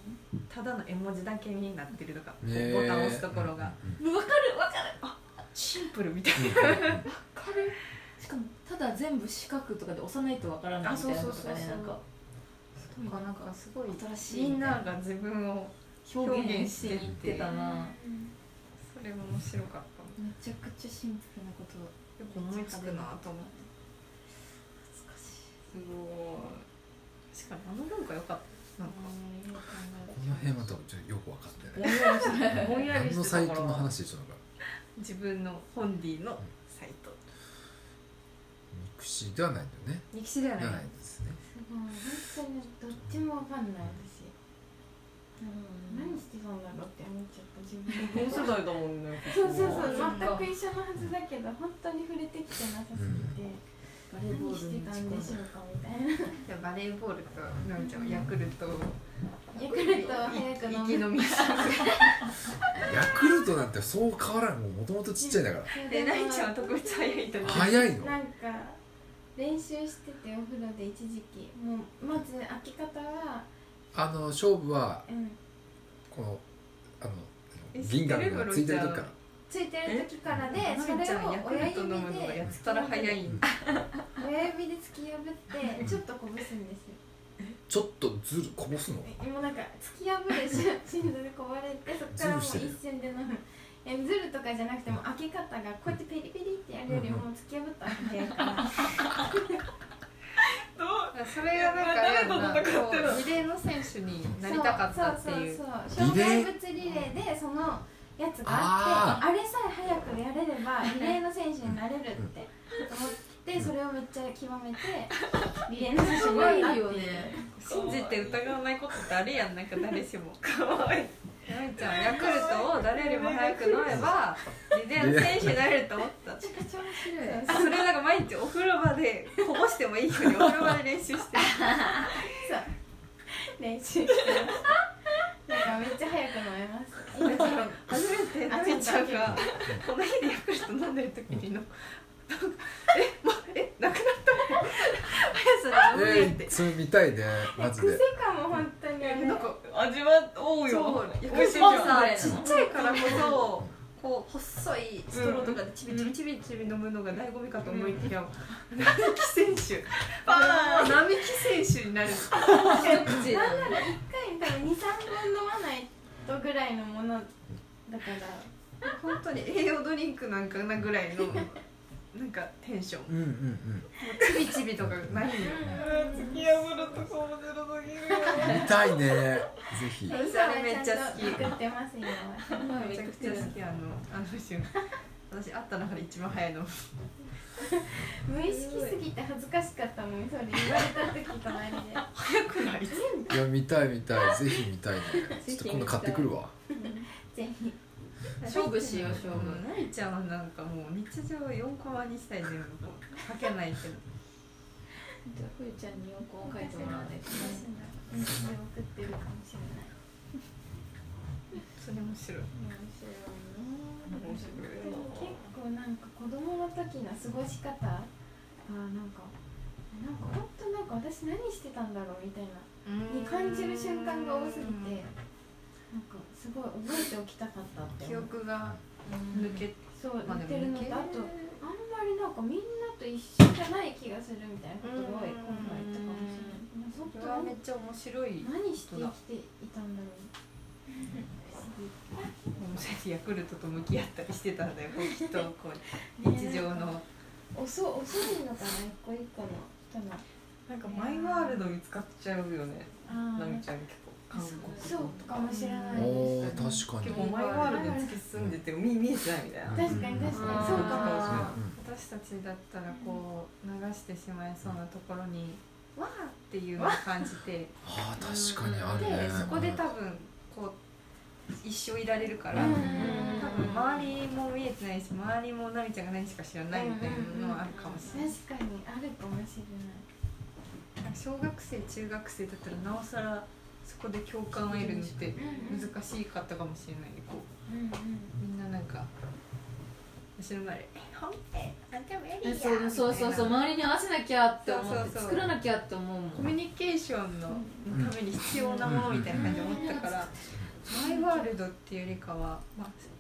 ただの絵文字だけになってるとかボねタンを押すところがうんうんわかるわかるシンプルみたいうんうんわかるしかもただ全部四角とかで押さないとわからないみたいなのとかあそうそうそうそねうなんかななんかなんかすごい新しいみんなみが自分をたいな表現していってたなそれも面白かっためちゃくちゃシンプルなことよく思いつくなと思って懐かしいすごいしかもあの文化良かったなんかこの辺は多分ちょっとよく分かってないぼんや何りしてぼんやりのしてサイたトかのら話でしょだから自分のホンディのサイトミクシーではないんだよね歴史ではではなないいですね本当にどっちもわかんない私何してたんだろうって思っちゃった自分同で世代だもんねそうそうそうなんか全く一緒のはずだけど本当に触れてきてなさすぎてバレーボール何してにた打ち込んんでだしょうかみたいなでバレーボールとのみちゃんはヤクルトをヤクルトを早く飲生むき飲みしヤクルトなんてそう変わらんもうもともとちっちゃいだからてなみちゃんは特別早いと思う早いのなんか練習しててお風呂で一時期もうまず開き方はあの勝負はうんこのあのえ銀河のがついてる時からついてる時からでなそみちれゃんヤをクル親ト指飲むのがでやったら早いんだ親指で突き破ってちょっとこぼすんですよちょっとずるこぼすのもうなんか突き破る瞬心臓でこぼれてそっからもう一ズルしてる瞬で飲むいやズルとかじゃなくても開け方がこうやってペリペリってやるよりも突き破った方が [LAUGHS] 早いからどうそれがなんか誰と戦こってるのうリレーの選手になりたかったっていうそうそうそうリレ障害ー物リレーでそのやつがあってあれさえ早くやれればリレーの選手になれるって思ってそれをめっちゃ極めてリレーの選手になったっすごいていうよね信じて疑わないことってあるやんなんか誰しも可愛いなみちゃんはヤクルトを誰よりも早く飲めばリレーの選手になれると思っためちゃくちゃ面白いそれなんか毎日お風呂場でこぼしてもいいようにお風呂場で練習してる練習してますなんかめっちゃ早く飲めます [LAUGHS] だから初めてなみちゃんがこの日でヤクルト飲んでる時にのえもうえなくなった [LAUGHS] 速さで飲めるってえー、それ見たいねマジ癖でかも本当にあれなんか味は多いそよう美ヤク味ルしいトじゃもんさあち [LAUGHS] っちゃいからこそこう細いストローとかでちびちびちびちび飲むのが醍醐味かと思いきや並木選手バーン並木選手になる一口でなんなら1回に多分23本飲まないとぐらいのものだから本当に栄養ドリンクなんかなぐらいのなんかテンションもうんうんうんうちびちびとかないよ突き破るとこ面白すぎるよ見たいねぜひ私あれめっちゃ好き今はちゃんと送ってますよめちゃくちゃ好きあのあの瞬間私会った中で一番早いの無意識すぎて恥ずかしかったのにそれ言われた時隣で早くないいや見たい見たいぜひ見たいねぜひ見たちいょっと今度買ってくるわぜひ勝負しよう勝負なりちゃんはなんかもう日常4コマにしたい全部こう書けないけどじゃあふゆちゃんに4個を書いてもらわないとうん送ってるかもしれないそれ面白い面白でいなも結構なんか子供の時の過ごし方がなんかなんか本当なんか私何してたんだろうみたいなに感じる瞬間が多すぎてなんかすごい覚えておきたかったって記思う憶が抜けてそうまあ言ってるのとであもとあんまりなんかみんなと一緒じゃない気がするみたいなことが多いうん今回とかもしれないまあ本それは当めっにちゃ面白い何して生きていたんだろうヤクルトと向き合ったりしてた [LAUGHS] んだよこうきっとこう日常の遅遅いのかな一個一個の人のなんかマイワールド見つかっちゃうよねなみちゃん結構韓国そうかもしれないでおーす確かに結構マイワールドに突き進んでて見見えてないみたいな確かに確かにそうかもしれないあー私たちだったらこう流してしまいそうなところに「わー」っていうのを感じてあー確かにあるねでそこで多分こう一生いられるからう多ん分周りも見えてないし周りもなみちゃんが何しか知らないみたいなのはあるかもしれない確かにあるかもしれないなんか小学生中学生だったらなおさらそこで共感を得るのって難しかったかもしれないねこううんうんみんななんか後ろまで「え本編あんたもエリア」そうそうそうそうみたいな周りに合わせなきゃって思そうっそうてそう作らなきゃって思うもんコミュニケーションののために必要なものみたいな感じで思ったからマイワールドっていうよりかは、まあ、